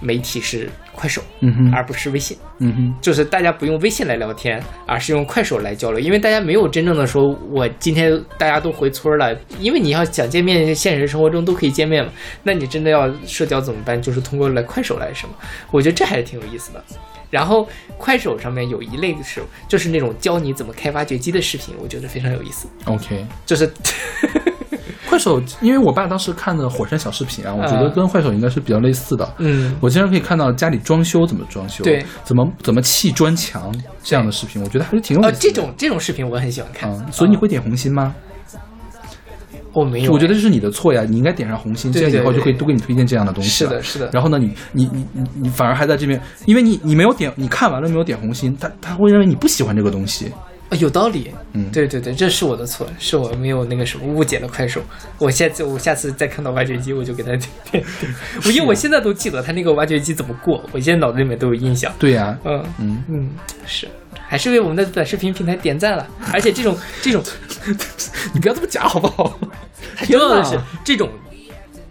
Speaker 1: 媒体是快手，
Speaker 2: 嗯哼
Speaker 1: 而不是微信。
Speaker 2: 嗯哼，
Speaker 1: 就是大家不用微信来聊天，而是用快手来交流，因为大家没有真正的说，我今天大家都回村了，因为你要想见面，现实生活中都可以见面嘛。那你真的要社交怎么办？就是通过来快手来什么？我觉得这还是挺有意思的。然后快手上面有一类的是，就是那种教你怎么开挖掘机的视频，我觉得非常有意思。
Speaker 2: OK，
Speaker 1: 就是
Speaker 2: 快手，因为我爸当时看的火山小视频啊，我觉得
Speaker 1: 嗯
Speaker 2: 跟快手应该是比较类似的。
Speaker 1: 嗯
Speaker 2: 我经常可以看到家里装修怎么装修，
Speaker 1: 对，
Speaker 2: 怎么怎么砌砖墙这样的视频，我觉得还是挺有意
Speaker 1: 呃，
Speaker 2: 思的。
Speaker 1: 这种嗯这种视频我很喜欢看。
Speaker 2: 嗯，所以你会点红心吗？
Speaker 1: 我没有
Speaker 2: 我觉得这是你的错呀，你应该点上红心，
Speaker 1: 对
Speaker 2: 这样以后
Speaker 1: 对对
Speaker 2: 就可以多给你推荐这样的东西了。
Speaker 1: 是的是的
Speaker 2: 然后呢，你你你你你反而还在这边，因为你你没有点，你看完了没有点红心，他他会认为你不喜欢这个东西。
Speaker 1: 啊有道理。
Speaker 2: 嗯，
Speaker 1: 对对对，这是我的错，是我没有那个什么误解了快手。我下次我下次再看到挖掘机，我就 给他点点 点。我因为我现在都记得他那个挖掘机怎么过，我现在脑子里面都有印象。
Speaker 2: 对呀、
Speaker 1: 嗯
Speaker 2: 嗯
Speaker 1: 嗯，是，还是为我们的短视频平台点赞了。而且这种这种，
Speaker 2: 你不要这么假好不 好？
Speaker 1: 很重要的
Speaker 2: 天
Speaker 1: 是
Speaker 2: 哪
Speaker 1: 这种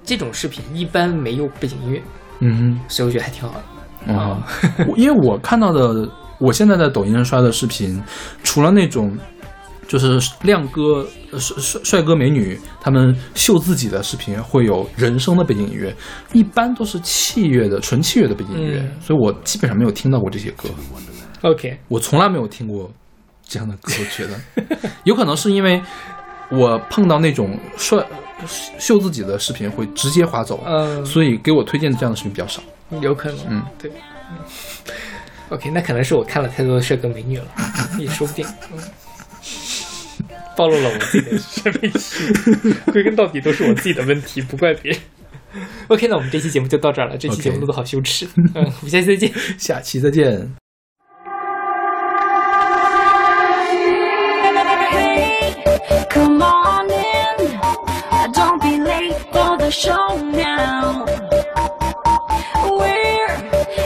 Speaker 1: 这种视频一般没有背景音乐，
Speaker 2: 嗯
Speaker 1: 所以我觉得还挺好的。
Speaker 2: 哼，啊、我 因为我看到的，我现在在抖音上刷的视频，除了那种。就是亮哥、呃帅帅帅哥美女他们秀自己的视频，会有人声的背景音乐，一般都是器乐的纯器乐的背景音乐，
Speaker 1: 嗯
Speaker 2: 所以我基本上没有听到过这些歌。
Speaker 1: OK，
Speaker 2: 我从来没有听过这样的歌，我觉得有可能是因为我碰到那种帅秀自己的视频会直接划走，
Speaker 1: 嗯
Speaker 2: 所以给我推荐这样的视频比较少。
Speaker 1: 有可能，
Speaker 2: 嗯，
Speaker 1: 对。嗯 OK，那可能是我看了太多帅哥 美女了，也说不定。嗯暴露了我自己的审美欲，归根到底都是我自己的问题，不怪别人。OK，那我们这期节目就到这儿了。这期节目
Speaker 2: OK
Speaker 1: 录的好 羞耻。嗯，我们下期再见。
Speaker 2: 下期再见。
Speaker 5: Come on in, don't be late for the show now. We're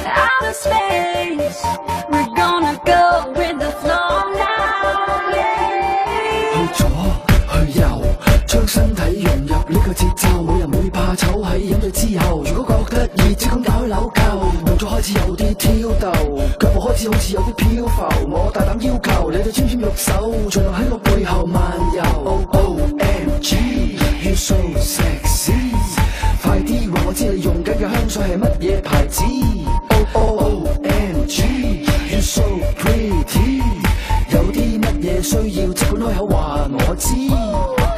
Speaker 5: out of space, we're gonna go with the flow now. babe.
Speaker 14: 去左去右，將身體融入呢個節奏，冇人會怕醜。喺飲醉之後，如果覺得熱，即管搞去扭扣，動作開始有啲挑逗，腳步開始好似有啲漂浮。我大膽要求你哋纖纖玉手，盡量喺我背後漫遊。O O M G，you so sexy，快啲話我知你用緊嘅香水係乜嘢牌子？O O M G，you so pretty。有啲乜嘢需要，即管開口話我知。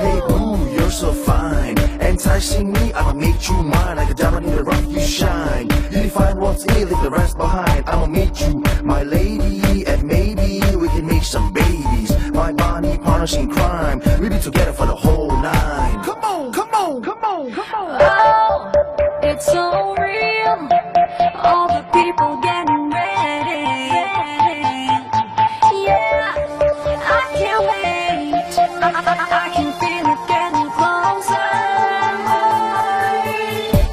Speaker 15: Hey boo, you're so fine. Enticing me, I'ma make you mine. Like a diamond in the rough, you shine. You define what's ill, leave the rest behind. I'ma meet you, my lady, and maybe we can make some babies. My body partners in crime. We be together for the whole nine.
Speaker 14: Come on, come on, come on, come on.
Speaker 5: Oh, it's so real. All the people getting ready. Yeah, I can't wait. I, I- I can feel it getting closer.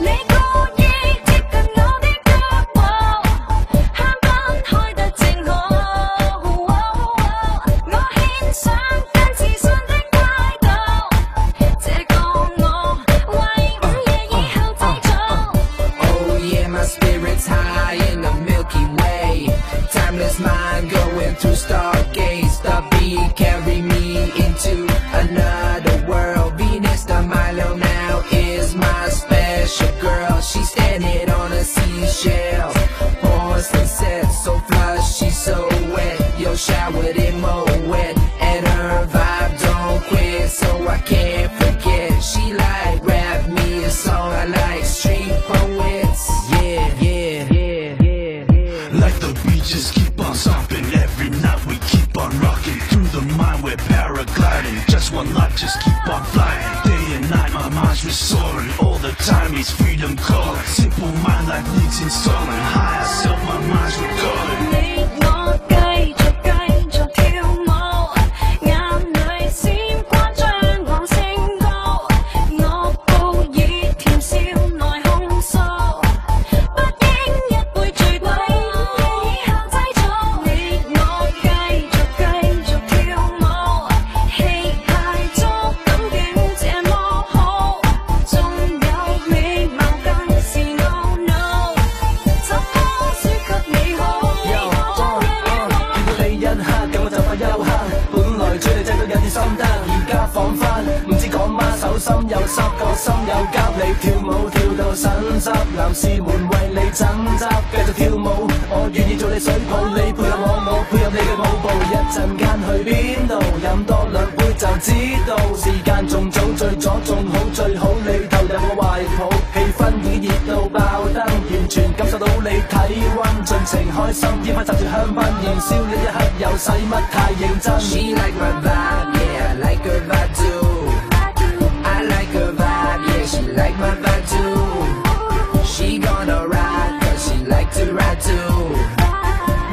Speaker 5: 你故意接近我的腳步，香檳開得正好。我獻上更自信的態度。這個我為午夜以後製造。
Speaker 16: Oh yeah, my spirit's high in the Milky Way. Timeless mind going through stargaze. The beat carry me into another world. Venus the Milo now is my special girl. She's standing on a seashell. On sunset, so flush, she's so wet. Yo, showered in Moet, and her vibe don't quit, so I can't forget. She like rap me a song I like, street poets. Yeah, yeah, yeah, yeah.
Speaker 15: Like the beaches keep on sopping every night we keep on rocking through the mic
Speaker 17: mind, we're paragliding. Just one life, just keep on flying. Day and night, my mind's restoring. All the time is freedom calling. Simple mind, life needs installing. Higher self, my mind's recalling.
Speaker 5: 你我繼續繼續跳舞，眼淚閃光將我升高，我報以甜笑來控訴，不應一會醉鬼以後製造。你我繼續繼續跳舞，氣態足感染這麼好，仲有美貌更是 no no，就當輸給你好。
Speaker 14: 見到你一刻，咁我就快休克。本來追你追到有啲心得，而家放翻，唔知講乜，手心又濕，個心又急。你跳舞跳到神濕，男士們為你爭執，繼續跳舞，我願意做你水泡，你配合我舞，配合你嘅舞步。一陣間去邊度，飲多兩杯就知道。時間仲早，最左仲好，最好你投入我懷抱，氣氛已熱到爆燈，完全感受到你體温，盡情開心，煙花集住香檳，燃燒呢一刻又使乜太認真。
Speaker 18: She like my vibe, yeah, I like her vibe too. I like her vibe, yeah, she like my vibe too. She gonna ride, cause she like to ride too.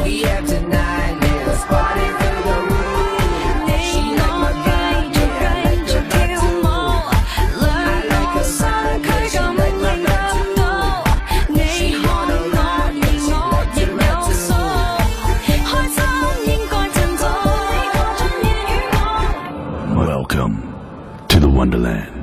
Speaker 18: We have tonight, yeah, let's party through the roof. She like my vibe, yeah, I like her vibe too. I like her vibe, yeah, she like my vibe too. She gonna ride, yeah, she like to ride too.
Speaker 5: 開心應該振作，你我終於與我。
Speaker 17: Welcome to the Wonderland.